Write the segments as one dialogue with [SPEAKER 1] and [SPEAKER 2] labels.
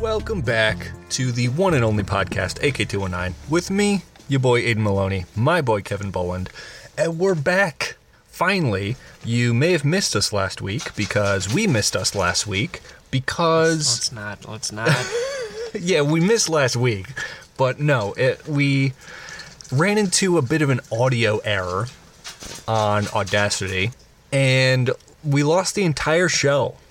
[SPEAKER 1] Welcome back to the one and only podcast, AK219, oh with me, your boy Aiden Maloney, my boy Kevin Boland, and we're back. Finally, you may have missed us last week because we missed us last week because
[SPEAKER 2] Let's not. Let's not.
[SPEAKER 1] yeah, we missed last week, but no, it, we ran into a bit of an audio error on Audacity, and we lost the entire show.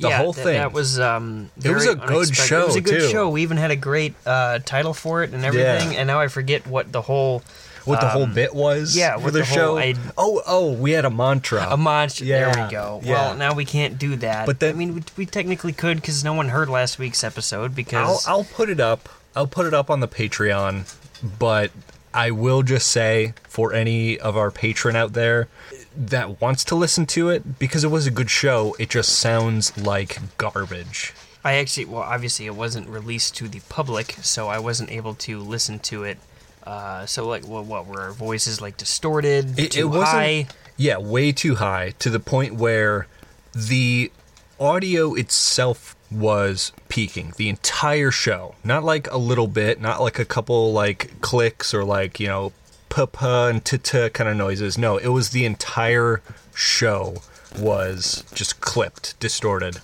[SPEAKER 1] The
[SPEAKER 2] yeah,
[SPEAKER 1] whole
[SPEAKER 2] th-
[SPEAKER 1] thing.
[SPEAKER 2] That was um.
[SPEAKER 1] It was
[SPEAKER 2] very
[SPEAKER 1] a good
[SPEAKER 2] unexpected. It was
[SPEAKER 1] show,
[SPEAKER 2] a good
[SPEAKER 1] too.
[SPEAKER 2] show. We even had a great uh, title for it and everything. And now I forget what the whole
[SPEAKER 1] what the whole
[SPEAKER 2] um,
[SPEAKER 1] bit was
[SPEAKER 2] yeah,
[SPEAKER 1] for
[SPEAKER 2] what
[SPEAKER 1] the,
[SPEAKER 2] the whole
[SPEAKER 1] show.
[SPEAKER 2] id-
[SPEAKER 1] oh, oh, we had a mantra.
[SPEAKER 2] a monster. There
[SPEAKER 1] Yeah,
[SPEAKER 2] we go.
[SPEAKER 1] yeah.
[SPEAKER 2] Well, now we can't do that.
[SPEAKER 1] But then-
[SPEAKER 2] I mean, we, we technically could because no one heard last week's episode
[SPEAKER 1] I'll
[SPEAKER 2] because
[SPEAKER 1] I'll put it up. I'll put it up on the Patreon, but I will just say for any of our patron out there that wants to listen to it because it was a good show, it just sounds like garbage.
[SPEAKER 2] I actually well obviously it wasn't released to the public, so I wasn't able to listen to it. Uh, so like what, what were our voices like distorted?
[SPEAKER 1] It,
[SPEAKER 2] too
[SPEAKER 1] it wasn't.
[SPEAKER 2] high?
[SPEAKER 1] Yeah, way too high to the point where the audio itself was peaking the entire show. Not like a little bit, not like a couple like clicks or like you know puh puh and ta kind of noises. No, it was the entire show was just clipped, distorted,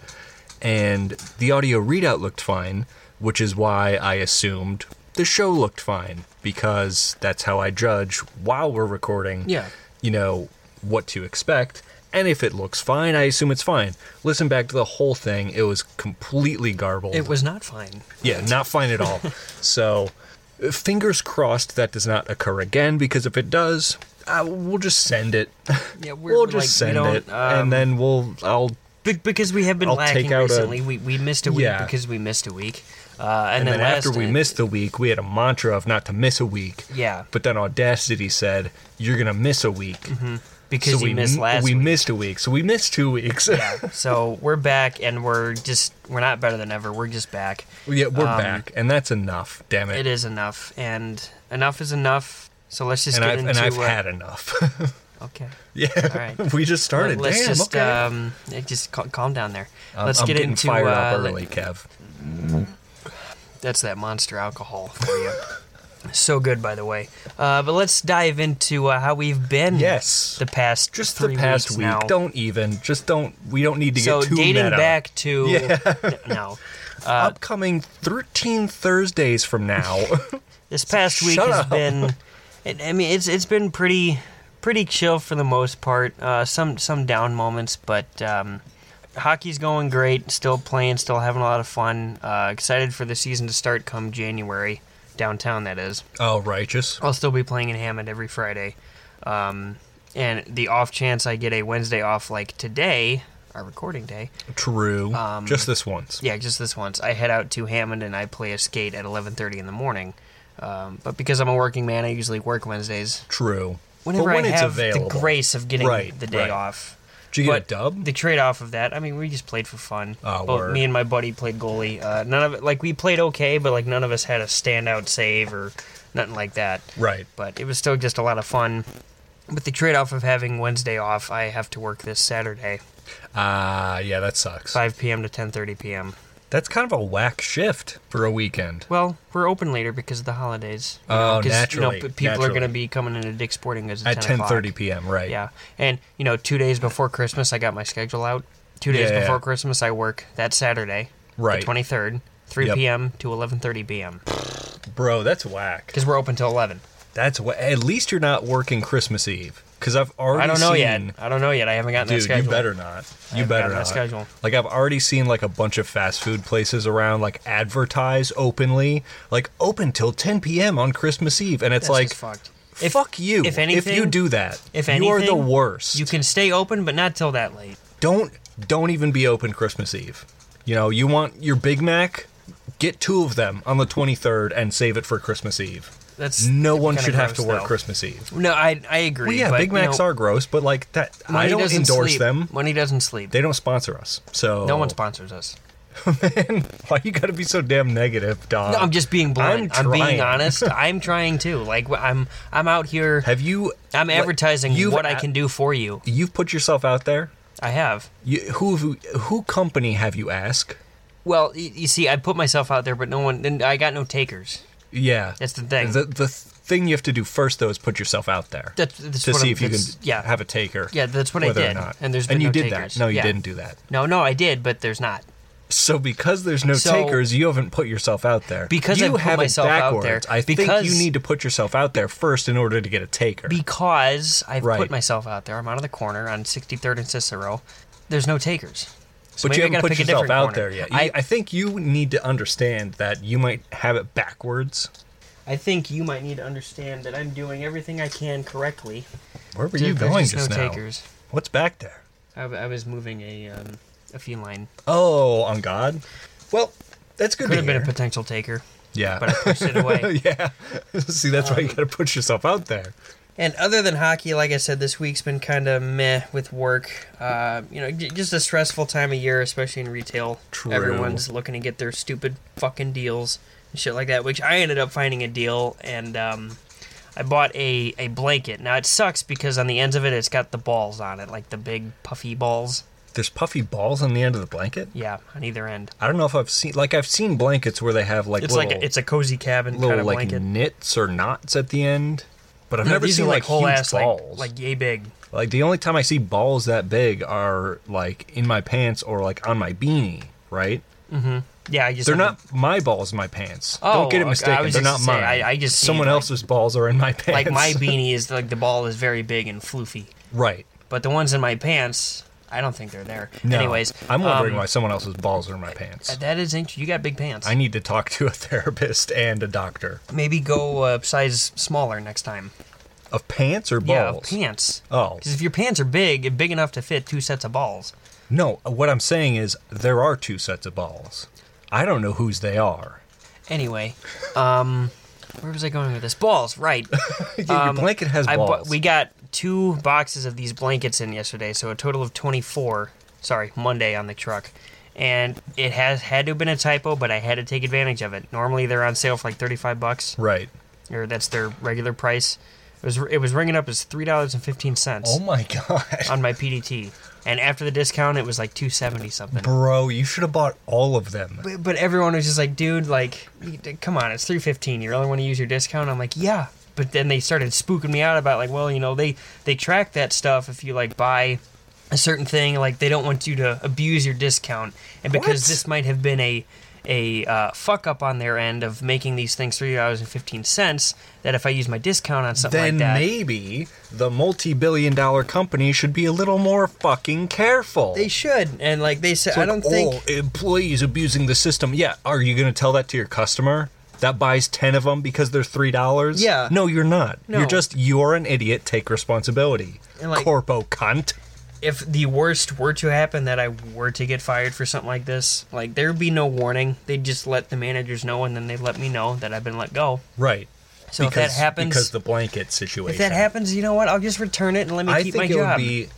[SPEAKER 1] and the audio readout looked fine, which is why I assumed. The show looked fine because that's how I judge while we're recording
[SPEAKER 2] Yeah.
[SPEAKER 1] you know what to expect and if it looks fine i assume it's fine listen back to the whole thing it was completely garbled
[SPEAKER 2] It was not fine.
[SPEAKER 1] yeah not fine at all so fingers crossed that does not occur again because if it does uh, we'll just send it
[SPEAKER 2] Yeah, we're,
[SPEAKER 1] we'll
[SPEAKER 2] like,
[SPEAKER 1] just
[SPEAKER 2] we
[SPEAKER 1] send
[SPEAKER 2] don't,
[SPEAKER 1] it
[SPEAKER 2] um,
[SPEAKER 1] and then we'll i'll
[SPEAKER 2] Be- because we have been
[SPEAKER 1] I'll
[SPEAKER 2] lacking
[SPEAKER 1] take out a-
[SPEAKER 2] recently. we, we missed a week
[SPEAKER 1] Yeah.
[SPEAKER 2] because we missed a week. Uh, and,
[SPEAKER 1] and then
[SPEAKER 2] last
[SPEAKER 1] after we
[SPEAKER 2] night-
[SPEAKER 1] missed the week we had a mantra of not to miss a week
[SPEAKER 2] Yeah.
[SPEAKER 1] but then audacity said you're gonna miss a week
[SPEAKER 2] because
[SPEAKER 1] so we
[SPEAKER 2] we Mm-hmm. missed
[SPEAKER 1] m-
[SPEAKER 2] last
[SPEAKER 1] we
[SPEAKER 2] week.
[SPEAKER 1] missed a week so we missed two weeks
[SPEAKER 2] yeah. So we're back and we're just we're not better than ever. We're just back.
[SPEAKER 1] Yeah, we're
[SPEAKER 2] Um,
[SPEAKER 1] back, and that's enough. Damn it!
[SPEAKER 2] It is enough and enough is enough. So let's just
[SPEAKER 1] and
[SPEAKER 2] get
[SPEAKER 1] I've
[SPEAKER 2] into
[SPEAKER 1] and I've
[SPEAKER 2] uh,
[SPEAKER 1] had enough.
[SPEAKER 2] okay.
[SPEAKER 1] yeah,
[SPEAKER 2] right.
[SPEAKER 1] we just started.
[SPEAKER 2] Let's
[SPEAKER 1] Damn,
[SPEAKER 2] just
[SPEAKER 1] okay.
[SPEAKER 2] um yeah, just cal- calm down there.
[SPEAKER 1] I'm-
[SPEAKER 2] let's
[SPEAKER 1] I'm
[SPEAKER 2] get
[SPEAKER 1] getting
[SPEAKER 2] into
[SPEAKER 1] fired
[SPEAKER 2] uh,
[SPEAKER 1] up
[SPEAKER 2] let-
[SPEAKER 1] early, Kev.
[SPEAKER 2] That's that monster alcohol for you. so good, by the way. Uh, but let's dive into uh, how we've been.
[SPEAKER 1] Yes.
[SPEAKER 2] the past
[SPEAKER 1] Just
[SPEAKER 2] three
[SPEAKER 1] the past
[SPEAKER 2] weeks
[SPEAKER 1] week.
[SPEAKER 2] now.
[SPEAKER 1] Don't even. Just don't. We don't need to
[SPEAKER 2] so
[SPEAKER 1] get too
[SPEAKER 2] dating
[SPEAKER 1] meta.
[SPEAKER 2] back uh, to
[SPEAKER 1] Yeah.
[SPEAKER 2] no,
[SPEAKER 1] Upcoming 13 Thursdays from now.
[SPEAKER 2] this past week
[SPEAKER 1] Shut
[SPEAKER 2] has
[SPEAKER 1] up.
[SPEAKER 2] been. It, I mean, it's it's been pretty pretty chill for the most part. Uh, some some down moments, but um, hockey's going great. Still playing, still having a lot of fun. Uh, excited for the season to start come January downtown. That is.
[SPEAKER 1] oh, righteous.
[SPEAKER 2] I'll still be playing in Hammond every Friday. Um, and the off chance I get a Wednesday off like today, our recording day,
[SPEAKER 1] True. just this once.
[SPEAKER 2] Um, yeah, just this once, I head out to Hammond and I play a skate at 11.30 in the morning. Um, but because I'm a working man, I usually work Wednesdays.
[SPEAKER 1] True.
[SPEAKER 2] Whenever
[SPEAKER 1] but when
[SPEAKER 2] I
[SPEAKER 1] it's
[SPEAKER 2] have
[SPEAKER 1] available.
[SPEAKER 2] the grace of getting
[SPEAKER 1] Right,
[SPEAKER 2] the day
[SPEAKER 1] right.
[SPEAKER 2] off.
[SPEAKER 1] Did you get a
[SPEAKER 2] But
[SPEAKER 1] dub?
[SPEAKER 2] The trade-off of that, I mean, we just played for fun.
[SPEAKER 1] Oh,
[SPEAKER 2] Both
[SPEAKER 1] word.
[SPEAKER 2] me and my buddy played goalie. Uh, none of it, like we played okay, but like none of us had a standout save or nothing like that
[SPEAKER 1] right.
[SPEAKER 2] but it was still just a lot of fun. With the trade off of having Wednesday off, I have to work this Saturday,
[SPEAKER 1] Ah, yeah, that sucks.
[SPEAKER 2] 5 p.m. to 10:30 p.m.
[SPEAKER 1] That's kind of a whack shift for a weekend.
[SPEAKER 2] Well, we're open later because of the holidays. you
[SPEAKER 1] Oh,
[SPEAKER 2] 'cause,
[SPEAKER 1] naturally,
[SPEAKER 2] You know, p- people are
[SPEAKER 1] naturally.
[SPEAKER 2] going to be coming into Dick's Sporting Goods at,
[SPEAKER 1] At
[SPEAKER 2] 10 o'clock.
[SPEAKER 1] 10:30 p.m. Right.
[SPEAKER 2] Yeah, and you know, two days before Christmas, I got my schedule out. Two days
[SPEAKER 1] Yeah.
[SPEAKER 2] before Christmas, I work that Saturday,
[SPEAKER 1] Right.
[SPEAKER 2] the 23rd, 3
[SPEAKER 1] Yep.
[SPEAKER 2] p.m. to 11:30 p.m.
[SPEAKER 1] Bro, that's whack.
[SPEAKER 2] because we're open till 11.
[SPEAKER 1] That's what. At least you're not working Christmas Eve because I've already.
[SPEAKER 2] I don't know
[SPEAKER 1] seen,
[SPEAKER 2] yet. I don't know yet. I haven't gotten that
[SPEAKER 1] Dude,
[SPEAKER 2] schedule.
[SPEAKER 1] you better not. You
[SPEAKER 2] haven't
[SPEAKER 1] better
[SPEAKER 2] gotten that
[SPEAKER 1] not.
[SPEAKER 2] schedule.
[SPEAKER 1] Like I've already seen like a bunch of fast food places around like advertise openly like open till 10 p.m. on Christmas Eve, and it's
[SPEAKER 2] That's
[SPEAKER 1] like
[SPEAKER 2] just fucked.
[SPEAKER 1] fuck you.
[SPEAKER 2] if anything-
[SPEAKER 1] if you do that,
[SPEAKER 2] If
[SPEAKER 1] you
[SPEAKER 2] anything,
[SPEAKER 1] are the worst.
[SPEAKER 2] You can stay open, but not till that late.
[SPEAKER 1] don't don't even be open Christmas Eve. You know, you want your Big Mac, get two of them on the 23rd and save it for Christmas Eve.
[SPEAKER 2] That's
[SPEAKER 1] No one
[SPEAKER 2] kinda
[SPEAKER 1] should have to
[SPEAKER 2] gross,
[SPEAKER 1] work
[SPEAKER 2] though.
[SPEAKER 1] Christmas Eve.
[SPEAKER 2] No, I I agree.
[SPEAKER 1] Well, yeah,
[SPEAKER 2] but,
[SPEAKER 1] Big Macs are gross, but like that, I don't endorse them.
[SPEAKER 2] When he doesn't sleep,
[SPEAKER 1] They don't sponsor us, so
[SPEAKER 2] no one sponsors us.
[SPEAKER 1] Why you gotta be so damn negative, Don?
[SPEAKER 2] No, I'm just being blunt.
[SPEAKER 1] Uh, I'm
[SPEAKER 2] I'm,
[SPEAKER 1] trying.
[SPEAKER 2] being honest. I'm trying to. Like wh- I'm I'm out here.
[SPEAKER 1] Have you?
[SPEAKER 2] I'm
[SPEAKER 1] like,
[SPEAKER 2] advertising
[SPEAKER 1] you've
[SPEAKER 2] what I
[SPEAKER 1] a-
[SPEAKER 2] can do for you.
[SPEAKER 1] You've put yourself out there.
[SPEAKER 2] I have.
[SPEAKER 1] You, who have you- who company have you asked?
[SPEAKER 2] Well, y- you see, I put myself out there, but no one. Then I got no takers.
[SPEAKER 1] Yeah,
[SPEAKER 2] That's the thing.
[SPEAKER 1] The the thing you have to do first though is put yourself out there
[SPEAKER 2] That's- that's
[SPEAKER 1] to
[SPEAKER 2] what
[SPEAKER 1] see
[SPEAKER 2] I'm-
[SPEAKER 1] if you can
[SPEAKER 2] that's- yeah.
[SPEAKER 1] have a taker.
[SPEAKER 2] Yeah, that's what I
[SPEAKER 1] whether
[SPEAKER 2] did,
[SPEAKER 1] or not.
[SPEAKER 2] and there's
[SPEAKER 1] and
[SPEAKER 2] been
[SPEAKER 1] you
[SPEAKER 2] no
[SPEAKER 1] did
[SPEAKER 2] takers.
[SPEAKER 1] that. No, you
[SPEAKER 2] Yeah.
[SPEAKER 1] didn't do that.
[SPEAKER 2] No, no, I did, but there's not
[SPEAKER 1] So because there's no
[SPEAKER 2] So-
[SPEAKER 1] takers, you haven't put yourself out there.
[SPEAKER 2] Because I
[SPEAKER 1] you
[SPEAKER 2] put
[SPEAKER 1] have it
[SPEAKER 2] myself out there.
[SPEAKER 1] backwards. I think
[SPEAKER 2] Because-
[SPEAKER 1] you need to put yourself out there first in order to get a taker.
[SPEAKER 2] because I've
[SPEAKER 1] Right.
[SPEAKER 2] put myself out there. I'm out of the corner on 63rd and Cicero. There's no takers. So
[SPEAKER 1] but
[SPEAKER 2] maybe
[SPEAKER 1] you
[SPEAKER 2] I
[SPEAKER 1] haven't
[SPEAKER 2] gotta
[SPEAKER 1] put
[SPEAKER 2] pick a
[SPEAKER 1] yourself
[SPEAKER 2] different
[SPEAKER 1] out there
[SPEAKER 2] corner.
[SPEAKER 1] yet. You-
[SPEAKER 2] I,
[SPEAKER 1] I think you need to understand that you might have it backwards.
[SPEAKER 2] I think you might need to understand that I'm doing everything I can correctly.
[SPEAKER 1] Where were
[SPEAKER 2] Dude,
[SPEAKER 1] you
[SPEAKER 2] there's
[SPEAKER 1] going
[SPEAKER 2] just
[SPEAKER 1] just
[SPEAKER 2] no
[SPEAKER 1] now?
[SPEAKER 2] takers.
[SPEAKER 1] What's back there?
[SPEAKER 2] I, w- I was moving a um, a feline.
[SPEAKER 1] Oh, on God. Well, that's good
[SPEAKER 2] Could
[SPEAKER 1] to
[SPEAKER 2] have been a
[SPEAKER 1] hear.
[SPEAKER 2] potential taker,
[SPEAKER 1] yeah.
[SPEAKER 2] but I pushed it away.
[SPEAKER 1] yeah. See, that's why you got to put yourself out there.
[SPEAKER 2] And other than hockey, like I said, this week's been kind of meh with work. Uh, you know, j- just a stressful time of year, especially in retail.
[SPEAKER 1] True.
[SPEAKER 2] Everyone's looking to get their stupid fucking deals and shit like that. Which I ended up finding a deal, and um, I bought a a blanket. Now it sucks because on the ends of it, it's got the balls on it, like the big puffy balls.
[SPEAKER 1] There's puffy balls on the end of the blanket.
[SPEAKER 2] Yeah, on either end.
[SPEAKER 1] I don't know if I've seen like I've seen blankets where they have like
[SPEAKER 2] It's
[SPEAKER 1] little,
[SPEAKER 2] like a, it's a cozy cabin
[SPEAKER 1] little
[SPEAKER 2] kind of
[SPEAKER 1] like
[SPEAKER 2] blanket.
[SPEAKER 1] knits or knots at the end, but I've
[SPEAKER 2] No,
[SPEAKER 1] never
[SPEAKER 2] these
[SPEAKER 1] seen
[SPEAKER 2] are
[SPEAKER 1] like,
[SPEAKER 2] whole
[SPEAKER 1] huge
[SPEAKER 2] ass
[SPEAKER 1] balls.
[SPEAKER 2] like like yay big.
[SPEAKER 1] Like the only time I see balls that big are like in my pants or like on my beanie, right?
[SPEAKER 2] Yeah, I just
[SPEAKER 1] They're
[SPEAKER 2] have
[SPEAKER 1] not my balls in my pants.
[SPEAKER 2] Oh,
[SPEAKER 1] Don't get it
[SPEAKER 2] okay, I
[SPEAKER 1] mistaken.
[SPEAKER 2] was
[SPEAKER 1] They're not
[SPEAKER 2] just gonna
[SPEAKER 1] mine.
[SPEAKER 2] say, I- I just seen,
[SPEAKER 1] someone
[SPEAKER 2] like-
[SPEAKER 1] else's balls are in my pants.
[SPEAKER 2] a- like my beanie is like the ball is very big and floofy,
[SPEAKER 1] right.
[SPEAKER 2] but the ones in my pants, I don't think they're there.
[SPEAKER 1] No.
[SPEAKER 2] Anyways,
[SPEAKER 1] I'm wondering
[SPEAKER 2] um,
[SPEAKER 1] why someone else's balls are in my pants.
[SPEAKER 2] That is interesting. You got big pants.
[SPEAKER 1] I need to talk to a therapist and a doctor
[SPEAKER 2] Maybe go uh, size smaller next time.
[SPEAKER 1] of pants or balls.
[SPEAKER 2] Yeah, of pants.
[SPEAKER 1] Oh.
[SPEAKER 2] because if your pants are big, big enough to fit two sets of balls.
[SPEAKER 1] No, what I'm saying is there are two sets of balls. I don't know whose they are.
[SPEAKER 2] Anyway, um, where was I going with this? Balls, right?
[SPEAKER 1] Your blanket has
[SPEAKER 2] Um, I bu-
[SPEAKER 1] balls.
[SPEAKER 2] we got two boxes of these blankets in yesterday, so a total of 24. Sorry, Monday on the truck. And it has had to have been a typo, but I had to take advantage of it. Normally they're on sale for like 35 bucks,
[SPEAKER 1] right.
[SPEAKER 2] or that's their regular price. It was it was ringing up as three dollars and fifteen cents
[SPEAKER 1] Oh my god.
[SPEAKER 2] on my PDT, and after the discount it was like 270 something.
[SPEAKER 1] Bro, you should have bought all of them.
[SPEAKER 2] But, but everyone was just like, dude, like, come on, it's three fifteen. You really want to use your discount? I'm like, yeah. But then they started spooking me out about like, well, you know, they they track that stuff if you like buy a certain thing. Like they don't want you to abuse your discount, and because
[SPEAKER 1] What?
[SPEAKER 2] this might have been a a uh, fuck up on their end of making these things three dollars and fifteen cents. That if I use my discount on something
[SPEAKER 1] Then
[SPEAKER 2] like that,
[SPEAKER 1] maybe the multi-billion dollar company should be a little more fucking careful.
[SPEAKER 2] they should. And like they said, I
[SPEAKER 1] Like,
[SPEAKER 2] don't think.
[SPEAKER 1] oh, employees abusing the system. Yeah, are you going to tell that to your customer? That buys 10 of them because they're $3?
[SPEAKER 2] Yeah.
[SPEAKER 1] No, you're not.
[SPEAKER 2] No.
[SPEAKER 1] You're just you're an idiot, take responsibility.
[SPEAKER 2] And, like-
[SPEAKER 1] Corpo cunt.
[SPEAKER 2] if the worst were to happen that I were to get fired for something like this, like there'd be no warning. They'd just let the managers know and then they'd let me know that I've been let go.
[SPEAKER 1] Right.
[SPEAKER 2] So if that happens
[SPEAKER 1] because the blanket situation.
[SPEAKER 2] if that happens, you know what? I'll just return it and let me
[SPEAKER 1] I
[SPEAKER 2] keep
[SPEAKER 1] think
[SPEAKER 2] my
[SPEAKER 1] it
[SPEAKER 2] job.
[SPEAKER 1] would be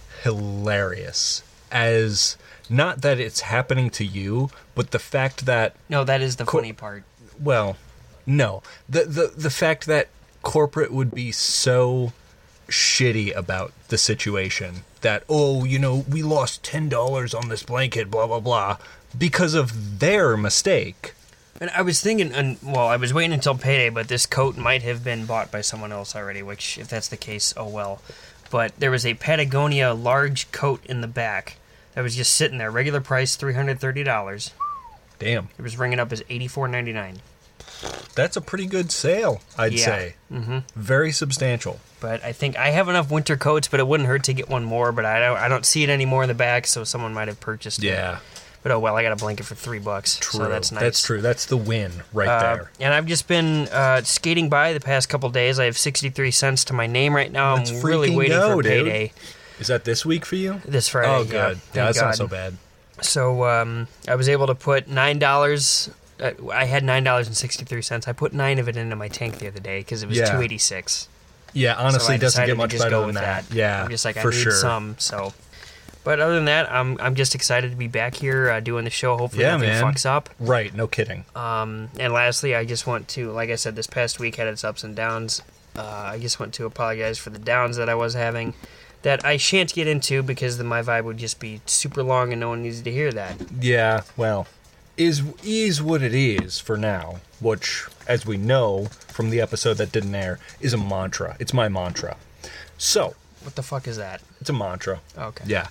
[SPEAKER 1] hilarious as not that it's happening to you, but the fact that
[SPEAKER 2] no, that is the funny part.
[SPEAKER 1] well, no. The the the fact that corporate would be so shitty about the situation that oh, you know, we lost $10 on this blanket blah blah blah because of their mistake.
[SPEAKER 2] And I was thinking and well, I was waiting until payday, but this coat might have been bought by someone else already, which if that's the case, oh well. But there was a Patagonia large coat in the back that was just sitting there, regular price three hundred thirty dollars.
[SPEAKER 1] Damn.
[SPEAKER 2] It was ringing up as eighty four ninety nine.
[SPEAKER 1] That's a pretty good sale, I'd
[SPEAKER 2] Yeah.
[SPEAKER 1] say. Mm-hmm. Very substantial.
[SPEAKER 2] But I think I have enough winter coats, but it wouldn't hurt to get one more. But I don't, I don't see it anymore in the back, so someone might have purchased it.
[SPEAKER 1] Yeah.
[SPEAKER 2] But oh well, I got a blanket for three bucks,
[SPEAKER 1] True.
[SPEAKER 2] so that's nice.
[SPEAKER 1] That's true. That's the win right
[SPEAKER 2] Uh,
[SPEAKER 1] there.
[SPEAKER 2] and I've just been uh, skating by the past couple days. I have sixty three cents to my name right now.
[SPEAKER 1] Let's
[SPEAKER 2] I'm really
[SPEAKER 1] freaking
[SPEAKER 2] waiting
[SPEAKER 1] go,
[SPEAKER 2] for
[SPEAKER 1] dude.
[SPEAKER 2] payday
[SPEAKER 1] Is that this week for you?
[SPEAKER 2] this Friday.
[SPEAKER 1] oh,
[SPEAKER 2] yeah.
[SPEAKER 1] good.
[SPEAKER 2] Thank
[SPEAKER 1] Yeah, that's
[SPEAKER 2] God.
[SPEAKER 1] not so bad.
[SPEAKER 2] So um, I was able to put nine dollars. Uh, I had nine dollars and sixty three cents. I put nine of it into my tank the other day because it was
[SPEAKER 1] Yeah.
[SPEAKER 2] two eighty six.
[SPEAKER 1] Yeah, honestly,
[SPEAKER 2] I
[SPEAKER 1] it doesn't
[SPEAKER 2] decided
[SPEAKER 1] get
[SPEAKER 2] to
[SPEAKER 1] much
[SPEAKER 2] just
[SPEAKER 1] better
[SPEAKER 2] go
[SPEAKER 1] than
[SPEAKER 2] with
[SPEAKER 1] that. Yeah,
[SPEAKER 2] I'm just like
[SPEAKER 1] for
[SPEAKER 2] I need
[SPEAKER 1] sure.
[SPEAKER 2] some. So, but other than that, I'm I'm just excited to be back here uh, doing the show. Hopefully,
[SPEAKER 1] Yeah,
[SPEAKER 2] nothing
[SPEAKER 1] man.
[SPEAKER 2] fucks up.
[SPEAKER 1] Right? No kidding.
[SPEAKER 2] Um, and lastly, I just want to, like I said, this past week had its ups and downs. Uh, I just want to apologize for the downs that I was having, that I shan't get into because then my vibe would just be super long and no one needs to hear that.
[SPEAKER 1] yeah. Well, is is what it is for now, which, as we know from the episode that didn't air, is a mantra. It's my mantra. So
[SPEAKER 2] What the fuck is that?
[SPEAKER 1] it's a mantra.
[SPEAKER 2] Oh, Okay.
[SPEAKER 1] Yeah.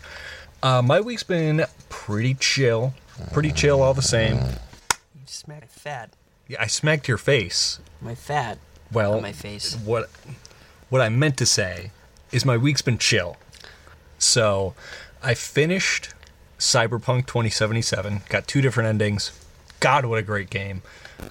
[SPEAKER 1] Uh, my week's been pretty chill. Pretty chill, all the same.
[SPEAKER 2] You smack my fat.
[SPEAKER 1] Yeah, I smacked your face.
[SPEAKER 2] My fat.
[SPEAKER 1] Well,
[SPEAKER 2] on my face.
[SPEAKER 1] What what I meant to say is my week's been chill. So I finished Cyberpunk 2077. Got two different endings. God, what a great game!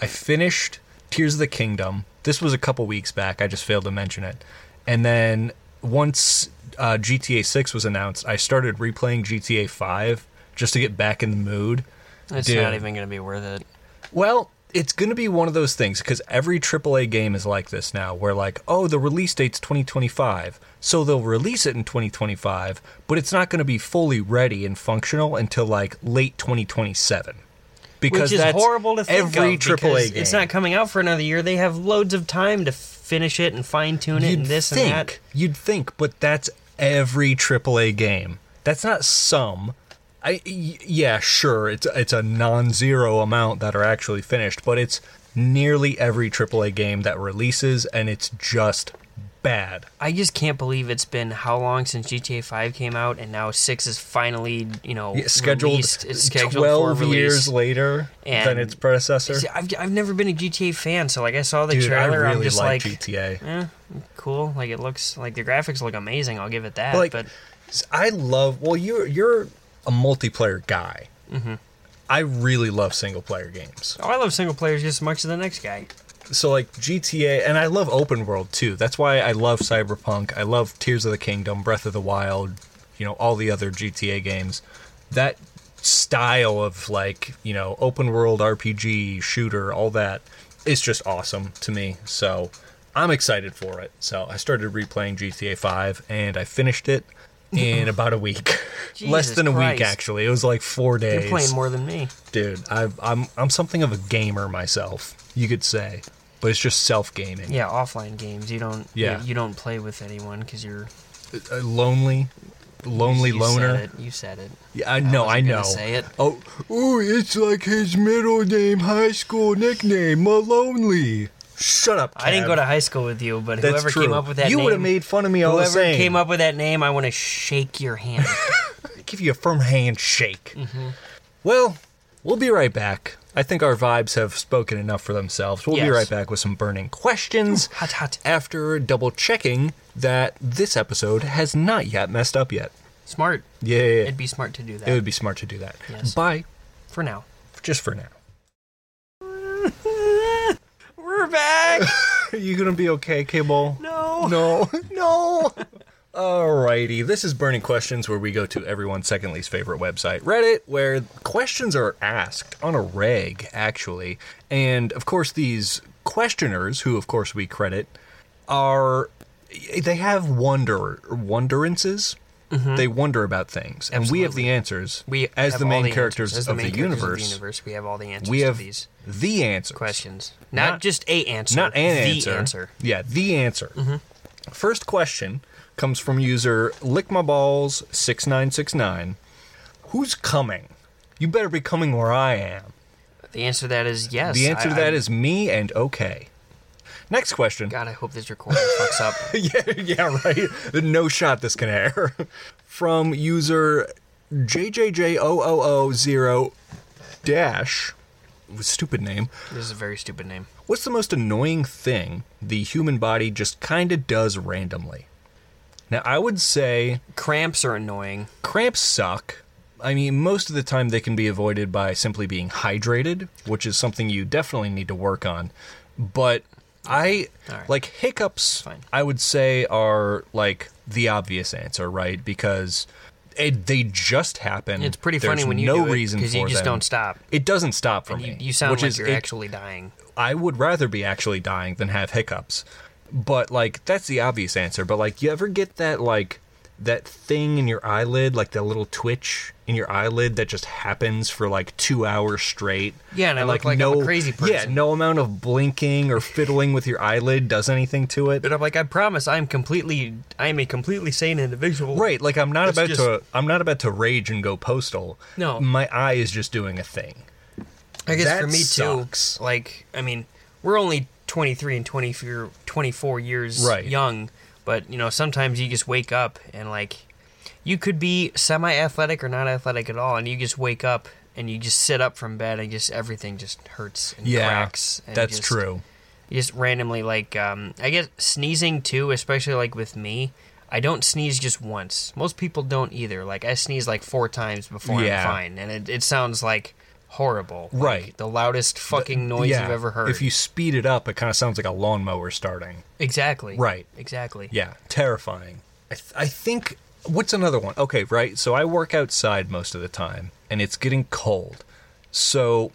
[SPEAKER 1] I finished Tears of the Kingdom. This was a couple weeks back. I just failed to mention it. And then once uh, GTA 6 was announced, I started replaying GTA 5 just to get back in the mood.
[SPEAKER 2] It's
[SPEAKER 1] Dude.
[SPEAKER 2] not even gonna be worth it.
[SPEAKER 1] Well, it's going to be one of those things because every AAA game is like this now, where like, oh, the release date's 2025, so they'll release it in 2025, but it's not going to be fully ready and functional until like late 2027. Because
[SPEAKER 2] Which is
[SPEAKER 1] that's
[SPEAKER 2] horrible to think
[SPEAKER 1] every
[SPEAKER 2] of because
[SPEAKER 1] AAA game.
[SPEAKER 2] It's not coming out for another year. They have loads of time to finish it and fine tune it and this
[SPEAKER 1] think,
[SPEAKER 2] and that.
[SPEAKER 1] You'd think, but that's every AAA game. That's not some. I y- yeah, sure, it's it's a non-zero amount that are actually finished, but it's nearly every AAA game that releases, and it's just bad.
[SPEAKER 2] I just can't believe it's been how long since GTA 5 came out and now 6 is finally, you know,
[SPEAKER 1] It's scheduled,
[SPEAKER 2] released. It's scheduled
[SPEAKER 1] twelve
[SPEAKER 2] for
[SPEAKER 1] years
[SPEAKER 2] release.
[SPEAKER 1] later than
[SPEAKER 2] and-
[SPEAKER 1] its predecessor.
[SPEAKER 2] See, I've, I've never been a GTA fan, so like I saw the
[SPEAKER 1] Dude, I
[SPEAKER 2] trailer, I'm
[SPEAKER 1] really
[SPEAKER 2] just
[SPEAKER 1] like
[SPEAKER 2] like,
[SPEAKER 1] GTA.
[SPEAKER 2] eh, cool. Like it looks like the graphics look amazing. I'll give it that.
[SPEAKER 1] like
[SPEAKER 2] but
[SPEAKER 1] I love. Well, you're you're a multiplayer guy.
[SPEAKER 2] Mm-hmm.
[SPEAKER 1] I really love single player games.
[SPEAKER 2] oh, I love single players just as much as the next guy.
[SPEAKER 1] so like GTA, and I love open world too. That's why I love Cyberpunk. I love Tears of the Kingdom, Breath of the Wild, you know, all the other GTA games. That style of like you know open world RPG shooter, all that is just awesome to me. So I'm excited for it. So I started replaying GTA 5, and I finished it in about a week, less
[SPEAKER 2] Jesus
[SPEAKER 1] than a
[SPEAKER 2] Christ.
[SPEAKER 1] week actually. It was like four days
[SPEAKER 2] You're playing more than me.
[SPEAKER 1] dude I've, i'm i'm something of a gamer myself you could say but it's just self gaming
[SPEAKER 2] Yeah, offline games. You don't.
[SPEAKER 1] Yeah.
[SPEAKER 2] You, you don't play with anyone because you're
[SPEAKER 1] Uh, lonely lonely
[SPEAKER 2] you
[SPEAKER 1] loner
[SPEAKER 2] Said it. You said it.
[SPEAKER 1] Yeah, I know i,
[SPEAKER 2] wasn't
[SPEAKER 1] know
[SPEAKER 2] gonna say it.
[SPEAKER 1] oh ooh it's like his middle name high school nickname malonely shut up
[SPEAKER 2] I didn't
[SPEAKER 1] Kev.
[SPEAKER 2] go to high school with you, but
[SPEAKER 1] That's
[SPEAKER 2] whoever
[SPEAKER 1] true.
[SPEAKER 2] came up with that
[SPEAKER 1] you
[SPEAKER 2] name,
[SPEAKER 1] would have made fun of me all the
[SPEAKER 2] whoever
[SPEAKER 1] same
[SPEAKER 2] came up with that name, I want to shake your hand.
[SPEAKER 1] give you a firm handshake
[SPEAKER 2] Mm-hmm.
[SPEAKER 1] well we'll be right back i think our vibes have spoken enough for themselves we'll be
[SPEAKER 2] Yes.
[SPEAKER 1] right back with some burning questions
[SPEAKER 2] hot, hot.
[SPEAKER 1] after double checking that this episode has not yet messed up yet.
[SPEAKER 2] Smart.
[SPEAKER 1] Yeah, yeah, yeah.
[SPEAKER 2] It'd be smart to do that
[SPEAKER 1] it would be smart to do that.
[SPEAKER 2] Yes.
[SPEAKER 1] Bye,
[SPEAKER 2] for now.
[SPEAKER 1] just for now.
[SPEAKER 2] We're back.
[SPEAKER 1] Are you gonna be okay, Cable?
[SPEAKER 2] No.
[SPEAKER 1] No, no. Alrighty, this is Burning Questions, where we go to everyone's second least favorite website, Reddit, where questions are asked on a reg, actually. And of course, these questioners, who of course we credit, are they have wonder wonderances. They wonder about things, and we have the answers.
[SPEAKER 2] Mm-hmm. We
[SPEAKER 1] as
[SPEAKER 2] have
[SPEAKER 1] the
[SPEAKER 2] all
[SPEAKER 1] main
[SPEAKER 2] answers.
[SPEAKER 1] characters,
[SPEAKER 2] As
[SPEAKER 1] of,
[SPEAKER 2] main
[SPEAKER 1] the
[SPEAKER 2] characters of
[SPEAKER 1] universe,
[SPEAKER 2] universe, we have all the answers
[SPEAKER 1] we have
[SPEAKER 2] to these
[SPEAKER 1] the answers.
[SPEAKER 2] questions. Not,
[SPEAKER 1] Not-
[SPEAKER 2] just a answer.
[SPEAKER 1] Not an
[SPEAKER 2] the Mm-hmm.
[SPEAKER 1] answer. Yeah, the answer. First question comes from user lick my balls six nine six nine. Who's coming? You better be coming where I am.
[SPEAKER 2] The answer to that is yes.
[SPEAKER 1] The answer
[SPEAKER 2] I,
[SPEAKER 1] to that
[SPEAKER 2] I,
[SPEAKER 1] is me and okay. Next question.
[SPEAKER 2] God, I hope this recording fucks up.
[SPEAKER 1] yeah, yeah, right. No shot this can air. From user JJJ0000 dash stupid name.
[SPEAKER 2] This is a very stupid name.
[SPEAKER 1] What's the most annoying thing the human body just kind of does randomly? Now, I would say
[SPEAKER 2] Cramps are annoying.
[SPEAKER 1] cramps suck. I mean, most of the time they can be avoided by simply being hydrated, which is something you definitely need to work on. But I
[SPEAKER 2] All right.
[SPEAKER 1] like hiccups,
[SPEAKER 2] Fine.
[SPEAKER 1] I would say, are like the obvious answer, right? Because it, they just happen.
[SPEAKER 2] It's pretty
[SPEAKER 1] Mm. There's
[SPEAKER 2] funny when you
[SPEAKER 1] no
[SPEAKER 2] do it
[SPEAKER 1] reason
[SPEAKER 2] because you
[SPEAKER 1] for
[SPEAKER 2] just
[SPEAKER 1] them.
[SPEAKER 2] don't stop.
[SPEAKER 1] It doesn't stop for
[SPEAKER 2] You,
[SPEAKER 1] me.
[SPEAKER 2] you sound
[SPEAKER 1] which
[SPEAKER 2] like
[SPEAKER 1] is
[SPEAKER 2] you're
[SPEAKER 1] it-
[SPEAKER 2] actually dying.
[SPEAKER 1] I would rather be actually dying than have hiccups. But like that's the obvious answer. But like you ever get that like that thing in your eyelid, like that little twitch in your eyelid that just happens for like two hours straight.
[SPEAKER 2] Yeah, and I look like I'm a crazy
[SPEAKER 1] Yeah,
[SPEAKER 2] person.
[SPEAKER 1] no amount of blinking or fiddling with your eyelid does anything to it.
[SPEAKER 2] But I'm like, I promise, I'm completely, I'm a completely sane individual.
[SPEAKER 1] Right, like I'm not
[SPEAKER 2] It's
[SPEAKER 1] about
[SPEAKER 2] just-
[SPEAKER 1] to I'm not about to rage and go postal.
[SPEAKER 2] No.
[SPEAKER 1] My eye is just doing a thing.
[SPEAKER 2] I guess
[SPEAKER 1] That
[SPEAKER 2] for me
[SPEAKER 1] sucks.
[SPEAKER 2] too. Like, I mean, we're only 23 and 24, 24 years
[SPEAKER 1] Right.
[SPEAKER 2] young, but you know, sometimes you just wake up and like you could be semi-athletic or not athletic at all and you just wake up and you just sit up from bed and just everything just hurts and
[SPEAKER 1] Yeah,
[SPEAKER 2] cracks. And
[SPEAKER 1] that's
[SPEAKER 2] just-
[SPEAKER 1] true.
[SPEAKER 2] just randomly like um i guess sneezing too especially like with me i don't sneeze just once most people don't either like i sneeze like four times before
[SPEAKER 1] Yeah.
[SPEAKER 2] i'm fine and it, it sounds like horrible Like,
[SPEAKER 1] Right.
[SPEAKER 2] the loudest fucking noise
[SPEAKER 1] yeah,
[SPEAKER 2] you've ever heard
[SPEAKER 1] If you speed it up, it kind of sounds like a lawnmower starting.
[SPEAKER 2] exactly
[SPEAKER 1] Right.
[SPEAKER 2] exactly
[SPEAKER 1] Yeah, terrifying. I, th- I think what's another one? Okay, right. So I work outside most of the time, and it's getting cold. So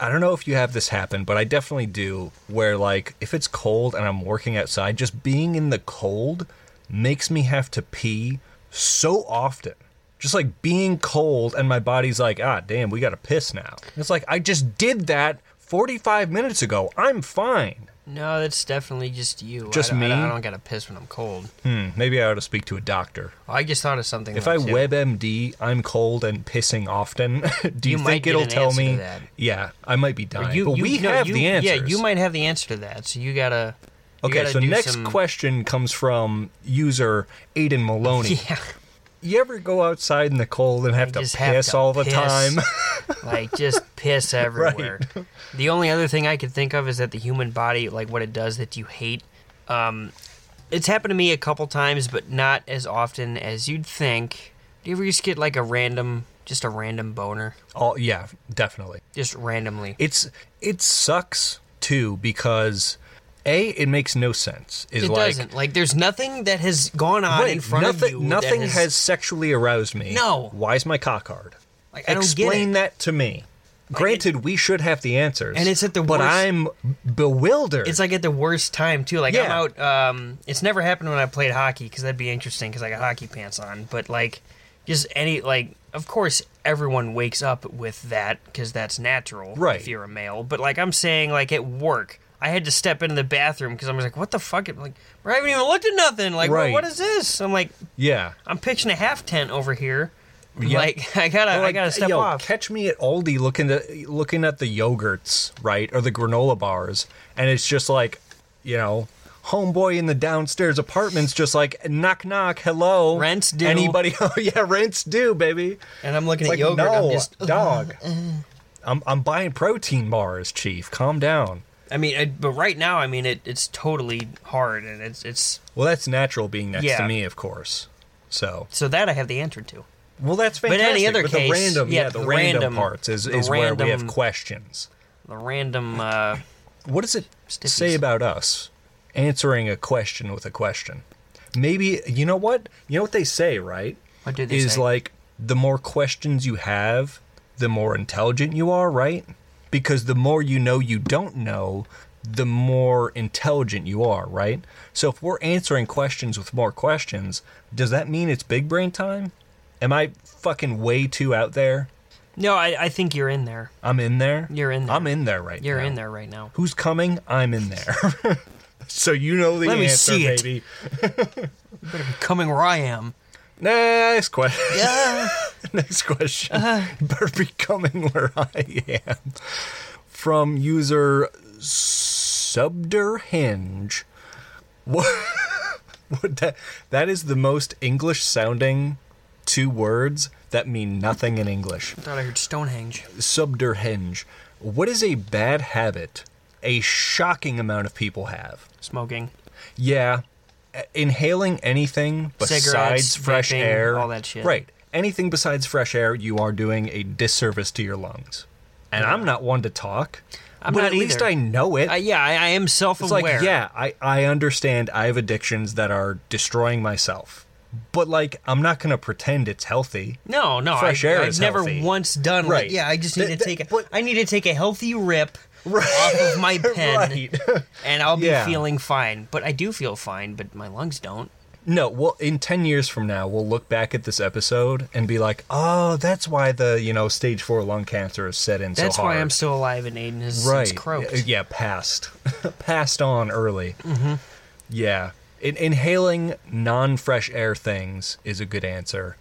[SPEAKER 1] I don't know if you have this happen, but I definitely do. Where like if it's cold and I'm working outside, just being in the cold makes me have to pee so often. Just like being cold, and my body's like, ah, damn, we gotta piss now. It's like I just did that 45 minutes ago. I'm fine.
[SPEAKER 2] no that's definitely just you I
[SPEAKER 1] Just
[SPEAKER 2] don't-
[SPEAKER 1] me?
[SPEAKER 2] I don't, I don't gotta piss when i'm cold
[SPEAKER 1] Hmm, maybe I ought to speak to a doctor.
[SPEAKER 2] i just thought of something
[SPEAKER 1] If
[SPEAKER 2] though,
[SPEAKER 1] I
[SPEAKER 2] too.
[SPEAKER 1] WebMD, I'm cold and pissing often. Do you,
[SPEAKER 2] You might
[SPEAKER 1] think
[SPEAKER 2] get
[SPEAKER 1] it'll
[SPEAKER 2] an
[SPEAKER 1] tell
[SPEAKER 2] answer to
[SPEAKER 1] me?
[SPEAKER 2] that.
[SPEAKER 1] Yeah, I might be dying.
[SPEAKER 2] you,
[SPEAKER 1] but
[SPEAKER 2] you-
[SPEAKER 1] we
[SPEAKER 2] no,
[SPEAKER 1] have
[SPEAKER 2] you-
[SPEAKER 1] the answers.
[SPEAKER 2] yeah you might have the answer to that so you gotta you
[SPEAKER 1] Okay,
[SPEAKER 2] gotta
[SPEAKER 1] so
[SPEAKER 2] do
[SPEAKER 1] next
[SPEAKER 2] some-
[SPEAKER 1] question comes from user Aiden Maloney.
[SPEAKER 2] yeah
[SPEAKER 1] You ever go outside in the cold and have to
[SPEAKER 2] just
[SPEAKER 1] piss
[SPEAKER 2] have to
[SPEAKER 1] all the
[SPEAKER 2] piss.
[SPEAKER 1] time?
[SPEAKER 2] like just piss everywhere. The only other thing I could think of is that the human body, like what it does that you hate. Um, it's happened to me a couple times, but not as often as you'd think. Do you ever just get like a random, just a random boner,
[SPEAKER 1] oh, yeah, definitely.
[SPEAKER 2] just randomly?
[SPEAKER 1] It's it sucks too because a it makes no sense. Is
[SPEAKER 2] It
[SPEAKER 1] like
[SPEAKER 2] doesn't. Like there's nothing that has gone on
[SPEAKER 1] Right,
[SPEAKER 2] in front
[SPEAKER 1] nothing,
[SPEAKER 2] of you. that
[SPEAKER 1] Nothing has, sexually aroused me.
[SPEAKER 2] No.
[SPEAKER 1] Why is my cock hard?
[SPEAKER 2] Like, I don't get
[SPEAKER 1] Explain
[SPEAKER 2] it.
[SPEAKER 1] that to me. Granted, we should have the answers.
[SPEAKER 2] And it's at the
[SPEAKER 1] But
[SPEAKER 2] worst-
[SPEAKER 1] I'm bewildered.
[SPEAKER 2] It's like at the worst time too. Like I'm
[SPEAKER 1] Yeah.
[SPEAKER 2] out. Um, it's never happened when I played hockey because that'd be interesting because I got hockey pants on. But like, just any like, of course everyone wakes up with that because that's natural.
[SPEAKER 1] Right.
[SPEAKER 2] If you're a male, but like I'm saying, like at work, I had to step into the bathroom because I'm like, what the fuck? I'm like, I haven't even looked at nothing. Like,
[SPEAKER 1] Right.
[SPEAKER 2] what is this? I'm like,
[SPEAKER 1] yeah.
[SPEAKER 2] I'm pitching a half tent over here.
[SPEAKER 1] Yeah.
[SPEAKER 2] Like I gotta, I
[SPEAKER 1] Like,
[SPEAKER 2] gotta step
[SPEAKER 1] yo,
[SPEAKER 2] off.
[SPEAKER 1] Catch me at Aldi looking at looking at the yogurts, right, or the granola bars, and it's just like, you know, homeboy in the downstairs apartment's just like knock knock, hello,
[SPEAKER 2] Rent's due.
[SPEAKER 1] Anybody? Oh yeah, rents due, baby.
[SPEAKER 2] and I'm looking
[SPEAKER 1] It's
[SPEAKER 2] at yogurt.
[SPEAKER 1] No,
[SPEAKER 2] I'm just, uh-huh,
[SPEAKER 1] dog. I'm I'm buying protein bars, Chief. Calm down.
[SPEAKER 2] I mean, I, but right now, I mean, it, it's totally hard, and it's it's
[SPEAKER 1] Well, that's natural being next
[SPEAKER 2] Yeah.
[SPEAKER 1] to me, of course. So,
[SPEAKER 2] So that I have the answer to.
[SPEAKER 1] well, that's
[SPEAKER 2] any
[SPEAKER 1] fantastic.
[SPEAKER 2] other
[SPEAKER 1] but
[SPEAKER 2] case-
[SPEAKER 1] the random,
[SPEAKER 2] yeah,
[SPEAKER 1] yeah, the,
[SPEAKER 2] the
[SPEAKER 1] random,
[SPEAKER 2] random-
[SPEAKER 1] parts is,
[SPEAKER 2] the
[SPEAKER 1] is where we have
[SPEAKER 2] random-
[SPEAKER 1] questions.
[SPEAKER 2] The random. Uh,
[SPEAKER 1] What does it
[SPEAKER 2] Stiffies.
[SPEAKER 1] say about us answering a question with a question? Maybe you know what you know what they say, right?
[SPEAKER 2] What do they
[SPEAKER 1] is
[SPEAKER 2] say?
[SPEAKER 1] like the more questions you have, the more intelligent you are, right? Because the more you know you don't know, the more intelligent you are, right? So if we're answering questions with more questions, does that mean it's big brain time? Am I fucking way too out there?
[SPEAKER 2] no, I, I think you're in there.
[SPEAKER 1] I'm in there.
[SPEAKER 2] You're in there.
[SPEAKER 1] I'm in there right
[SPEAKER 2] You're
[SPEAKER 1] now.
[SPEAKER 2] in there right now.
[SPEAKER 1] Who's coming? I'm in there. so you know the
[SPEAKER 2] Let me
[SPEAKER 1] answer,
[SPEAKER 2] see it.
[SPEAKER 1] baby.
[SPEAKER 2] Coming where I am.
[SPEAKER 1] Next question.
[SPEAKER 2] Yeah.
[SPEAKER 1] Next question. Better be coming where I am. From user Subderhinge. What? what that, that is the most English sounding two words that mean nothing in English.
[SPEAKER 2] I thought I heard Stonehenge.
[SPEAKER 1] Subderhinge. What is a bad habit a shocking amount of people have?
[SPEAKER 2] Smoking.
[SPEAKER 1] Yeah. Uh, Inhaling anything
[SPEAKER 2] Cigarettes,
[SPEAKER 1] besides fresh
[SPEAKER 2] vaping,
[SPEAKER 1] air.
[SPEAKER 2] all that shit.
[SPEAKER 1] Right. Anything besides fresh air, you are doing a disservice to your lungs. And I'm not one to talk.
[SPEAKER 2] I'm
[SPEAKER 1] but
[SPEAKER 2] not
[SPEAKER 1] at least
[SPEAKER 2] either.
[SPEAKER 1] I know it.
[SPEAKER 2] Uh, yeah, I, I am
[SPEAKER 1] it's
[SPEAKER 2] self-aware.
[SPEAKER 1] like, yeah, I, I understand I have addictions that are destroying myself. But like I'm not gonna pretend it's healthy.
[SPEAKER 2] No, no.
[SPEAKER 1] Fresh
[SPEAKER 2] I,
[SPEAKER 1] air
[SPEAKER 2] I've
[SPEAKER 1] is
[SPEAKER 2] never
[SPEAKER 1] healthy.
[SPEAKER 2] once done. Right.
[SPEAKER 1] Right.
[SPEAKER 2] yeah, I just need
[SPEAKER 1] Th-
[SPEAKER 2] to
[SPEAKER 1] th-
[SPEAKER 2] take. A,
[SPEAKER 1] but-
[SPEAKER 2] I need to take a healthy rip
[SPEAKER 1] Right.
[SPEAKER 2] off of my pen,
[SPEAKER 1] Right.
[SPEAKER 2] and I'll be
[SPEAKER 1] Yeah.
[SPEAKER 2] feeling fine. But I do feel fine, but my lungs don't.
[SPEAKER 1] No, well, in 10 years from now, we'll look back at this episode and be like, oh, that's why the, you know, stage four lung cancer is set in
[SPEAKER 2] That's
[SPEAKER 1] so hard.
[SPEAKER 2] why I'm still alive, and Aiden has
[SPEAKER 1] right.
[SPEAKER 2] since croaked.
[SPEAKER 1] Yeah, yeah, passed. passed on early. Mm-hmm. Yeah. In- inhaling non fresh air things is a good answer.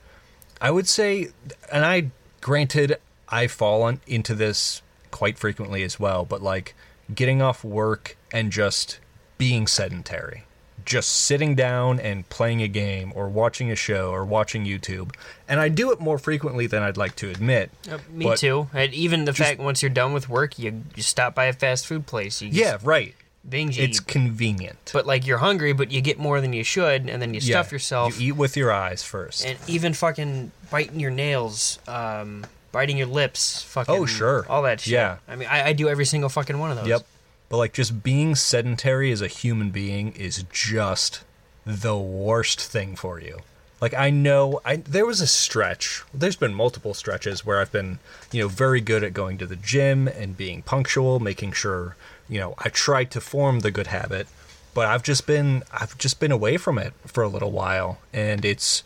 [SPEAKER 1] I would say, and I, granted, I fall on, into this quite frequently as well, but like getting off work and just being sedentary, just sitting down and playing a game or watching a show or watching YouTube. And I do it more frequently than I'd like to admit.
[SPEAKER 2] Uh, me
[SPEAKER 1] but-
[SPEAKER 2] too. And even the
[SPEAKER 1] Just-
[SPEAKER 2] fact once you're done with work, you, you stop by a fast food place. You
[SPEAKER 1] Yeah, right.
[SPEAKER 2] get things you
[SPEAKER 1] It's
[SPEAKER 2] eat.
[SPEAKER 1] convenient.
[SPEAKER 2] but like you're hungry, but you get more than you should, and then you stuff
[SPEAKER 1] Yeah,
[SPEAKER 2] yourself,
[SPEAKER 1] You eat with your eyes first.
[SPEAKER 2] and even fucking biting your nails, um, biting your lips, fucking.
[SPEAKER 1] Oh, sure.
[SPEAKER 2] all that shit.
[SPEAKER 1] Yeah.
[SPEAKER 2] I mean, I, I do every single fucking one of those.
[SPEAKER 1] Yep. But like just being sedentary as a human being is just the worst thing for you. Like I know I there was a stretch. There's been multiple stretches where I've been, you know, very good at going to the gym and being punctual, making sure, you know, I tried to form the good habit, but I've just been I've just been away from it for a little while and it's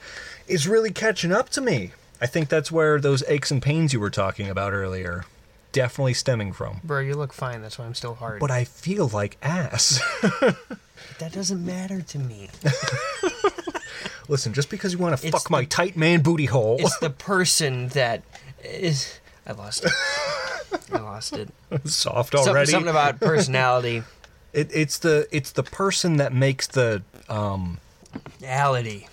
[SPEAKER 1] it's really catching up to me. I think that's where those aches and pains you were talking about earlier definitely stemming from
[SPEAKER 2] Bro, you look fine. That's why I'm still hard.
[SPEAKER 1] but I feel like ass.
[SPEAKER 2] that doesn't matter to me.
[SPEAKER 1] Listen, just because you want to
[SPEAKER 2] It's
[SPEAKER 1] fuck my
[SPEAKER 2] the-
[SPEAKER 1] tight man booty hole,
[SPEAKER 2] It's the person that is. I lost it. I lost it.
[SPEAKER 1] soft
[SPEAKER 2] Some-
[SPEAKER 1] already.
[SPEAKER 2] Something about personality.
[SPEAKER 1] it, it's the it's the person that makes the um.
[SPEAKER 2] Ality.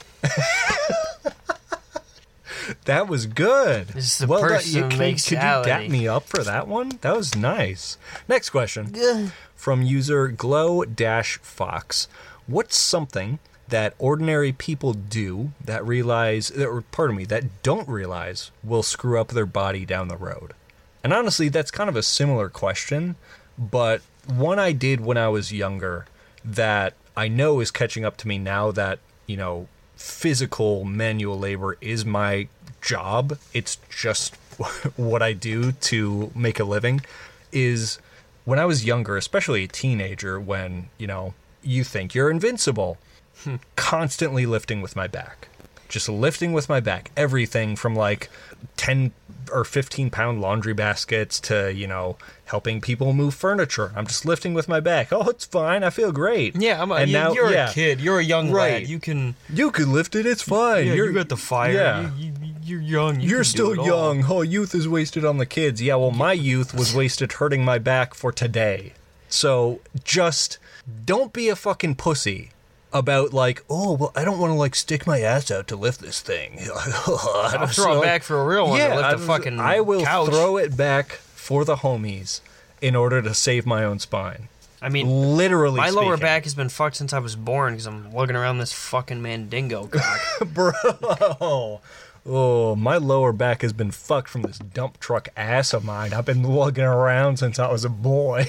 [SPEAKER 1] That was good.
[SPEAKER 2] It's the
[SPEAKER 1] well,
[SPEAKER 2] person
[SPEAKER 1] that, you,
[SPEAKER 2] makes
[SPEAKER 1] could, could you dap
[SPEAKER 2] reality.
[SPEAKER 1] me up for that one? That was nice. Next question from user glow dash fox. What's something that ordinary people do that realize, or pardon me, that don't realize will screw up their body down the road? And honestly, that's kind of a similar question, but one I did when I was younger that I know is catching up to me now that, you know, physical manual labor is my job. It's just what I do to make a living is when I was younger, especially a teenager when, you know, you think you're invincible constantly lifting with my back. Just lifting with my back. Everything from like 10 or 15 pound laundry baskets to, you know, helping people move furniture. I'm just lifting with my back. Oh, it's fine. I feel great.
[SPEAKER 2] Yeah, I'm a,
[SPEAKER 1] and
[SPEAKER 2] you,
[SPEAKER 1] now,
[SPEAKER 2] you're
[SPEAKER 1] yeah,
[SPEAKER 2] a kid. You're a young
[SPEAKER 1] Right.
[SPEAKER 2] lad. You can.
[SPEAKER 1] You can lift it. It's fine.
[SPEAKER 2] Yeah,
[SPEAKER 1] you're,
[SPEAKER 2] you got the fire.
[SPEAKER 1] Yeah.
[SPEAKER 2] You, you, you're young. You
[SPEAKER 1] You're
[SPEAKER 2] can do
[SPEAKER 1] still
[SPEAKER 2] it all.
[SPEAKER 1] young. Oh, youth is wasted on the kids. Yeah, well, my youth was wasted hurting my back for today. So just don't be a fucking pussy about like, oh, well, I don't want to like stick my ass out to lift this thing. I'll
[SPEAKER 2] I'll throw it back for a real one. to lift a
[SPEAKER 1] I-
[SPEAKER 2] fucking
[SPEAKER 1] I will
[SPEAKER 2] couch.
[SPEAKER 1] throw it back for the homies in order to save my own spine.
[SPEAKER 2] I mean,
[SPEAKER 1] Literally,
[SPEAKER 2] my lower
[SPEAKER 1] speaking.
[SPEAKER 2] back has been fucked since I was born because I'm lugging around this fucking mandingo cock.
[SPEAKER 1] bro. Oh, my lower back has been fucked from this dump truck ass of mine. I've been lugging around since I was a boy.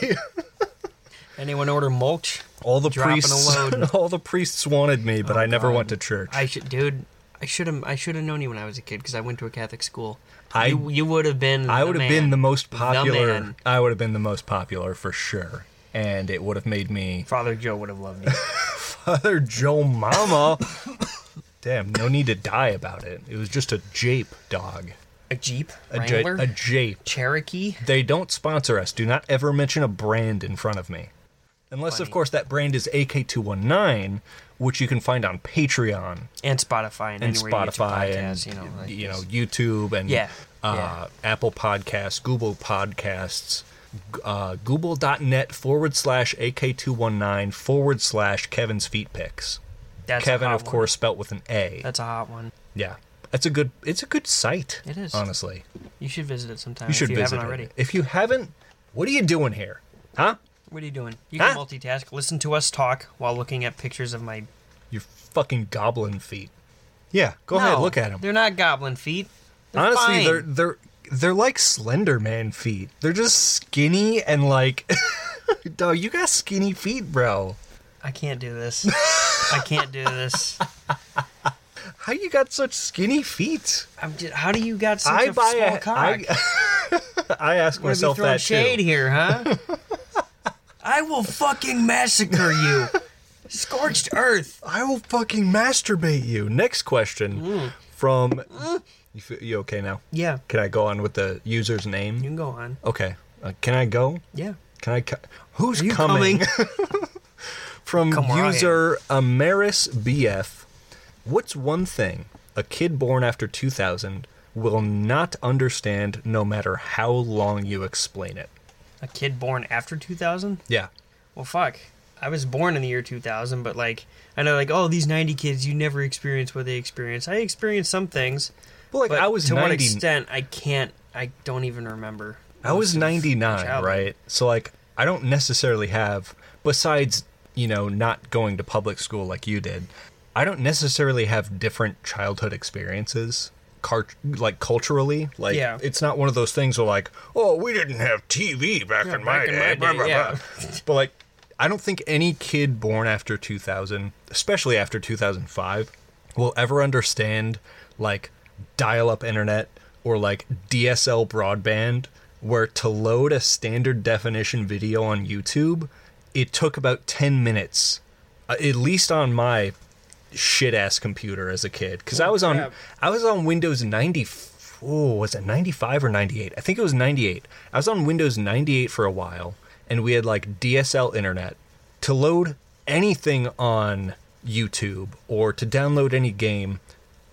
[SPEAKER 2] Anyone order mulch?
[SPEAKER 1] all the
[SPEAKER 2] Dropping a
[SPEAKER 1] priests,
[SPEAKER 2] load. Oh,
[SPEAKER 1] all the priests wanted me, but I never
[SPEAKER 2] God.
[SPEAKER 1] went to church.
[SPEAKER 2] I should, dude. I should have. I should have known you when I was a kid because I went to a Catholic school.
[SPEAKER 1] I-
[SPEAKER 2] you, you would have been.
[SPEAKER 1] I
[SPEAKER 2] the
[SPEAKER 1] would have been
[SPEAKER 2] man.
[SPEAKER 1] the most popular.
[SPEAKER 2] man.
[SPEAKER 1] I would have been the most popular for sure, and it would have made me
[SPEAKER 2] Father Joe would have loved you.
[SPEAKER 1] Father Joe Mama. Damn, no need to die about it. It was just a jape dog,
[SPEAKER 2] a Jeep
[SPEAKER 1] a, ja-
[SPEAKER 2] Wrangler,
[SPEAKER 1] a jape.
[SPEAKER 2] Cherokee.
[SPEAKER 1] They don't sponsor us. Do not ever mention a brand in front of me. Unless, of
[SPEAKER 2] Funny.
[SPEAKER 1] course, that brand is AK219, which you can find on Patreon
[SPEAKER 2] and Spotify and,
[SPEAKER 1] and
[SPEAKER 2] anywhere
[SPEAKER 1] Spotify
[SPEAKER 2] you get your
[SPEAKER 1] and
[SPEAKER 2] podcasts, you know, like
[SPEAKER 1] you know
[SPEAKER 2] this.
[SPEAKER 1] YouTube and
[SPEAKER 2] Yeah,
[SPEAKER 1] Uh, Apple Podcasts, Google Podcasts, g- uh, Google.net forward slash AK219 forward slash Kevin's Feet Picks.
[SPEAKER 2] That's a
[SPEAKER 1] Kevin,
[SPEAKER 2] hot
[SPEAKER 1] of
[SPEAKER 2] one.
[SPEAKER 1] course, spelt with an A.
[SPEAKER 2] That's a hot one.
[SPEAKER 1] yeah, that's a good. It's a good site.
[SPEAKER 2] It is.
[SPEAKER 1] honestly.
[SPEAKER 2] You should visit it sometime.
[SPEAKER 1] You should
[SPEAKER 2] if you
[SPEAKER 1] visit
[SPEAKER 2] haven't
[SPEAKER 1] it.
[SPEAKER 2] already.
[SPEAKER 1] If you haven't, what are you doing here? Huh?
[SPEAKER 2] What are you doing? You
[SPEAKER 1] Huh?
[SPEAKER 2] can multitask. Listen to us talk while looking at pictures of my.
[SPEAKER 1] Your fucking goblin feet. Yeah, go
[SPEAKER 2] no,
[SPEAKER 1] ahead, look at them.
[SPEAKER 2] They're not goblin feet. They're
[SPEAKER 1] Honestly,
[SPEAKER 2] fine.
[SPEAKER 1] they're they're they're like Slender Man feet. They're just skinny and like, dog, you got skinny feet, bro.
[SPEAKER 2] I can't do this. I can't do this.
[SPEAKER 1] How you got such skinny feet?
[SPEAKER 2] I'm just, how do you got such
[SPEAKER 1] I
[SPEAKER 2] a
[SPEAKER 1] buy
[SPEAKER 2] small
[SPEAKER 1] a-
[SPEAKER 2] cock?
[SPEAKER 1] I- I ask
[SPEAKER 2] Wanna be
[SPEAKER 1] myself
[SPEAKER 2] throwing
[SPEAKER 1] that
[SPEAKER 2] shade
[SPEAKER 1] too.
[SPEAKER 2] here, huh? I will fucking massacre you. Scorched earth.
[SPEAKER 1] I will fucking masturbate you. Next question
[SPEAKER 2] Mm.
[SPEAKER 1] from you. F- you okay now?
[SPEAKER 2] Yeah.
[SPEAKER 1] Can I go on with the user's
[SPEAKER 2] You
[SPEAKER 1] name?
[SPEAKER 2] can go on.
[SPEAKER 1] Okay. Uh, can I go?
[SPEAKER 2] Yeah.
[SPEAKER 1] Can I? Cu- Who's coming? From
[SPEAKER 2] Come where I am.
[SPEAKER 1] user Amaris BF. What's one thing a kid born after 2000 will not understand no matter how long you explain it.
[SPEAKER 2] A kid born after 2000?
[SPEAKER 1] Yeah.
[SPEAKER 2] Well, fuck. I was born in the year 2000, but like, I know, like, oh, these 90 kids, you never experience what they experience. I experienced some things.
[SPEAKER 1] Well, like
[SPEAKER 2] but
[SPEAKER 1] I was
[SPEAKER 2] to what
[SPEAKER 1] 90
[SPEAKER 2] extent, I can't, I don't even remember.
[SPEAKER 1] I was
[SPEAKER 2] most of my
[SPEAKER 1] 99,
[SPEAKER 2] childhood.
[SPEAKER 1] right? So like I don't necessarily have besides, you know, not going to public school like you did. I don't necessarily have different childhood experiences car- like culturally. Like
[SPEAKER 2] Yeah.
[SPEAKER 1] it's not one of those things where like, "Oh, we didn't have TV back in my
[SPEAKER 2] back in my
[SPEAKER 1] day." blah,
[SPEAKER 2] day,
[SPEAKER 1] blah,
[SPEAKER 2] yeah.
[SPEAKER 1] blah." but like I don't think any kid born after 2000, especially after 2005, will ever understand like dial-up internet or like DSL broadband where to load a standard definition video on YouTube, it took about 10 minutes uh, at least on my shit ass computer as a kid cuz I was on
[SPEAKER 2] crap.
[SPEAKER 1] I was on Windows 90 oh was it 95 or 98 I think it was 98 I was on Windows 98 for a while and we had like DSL internet to load anything on YouTube or to download any game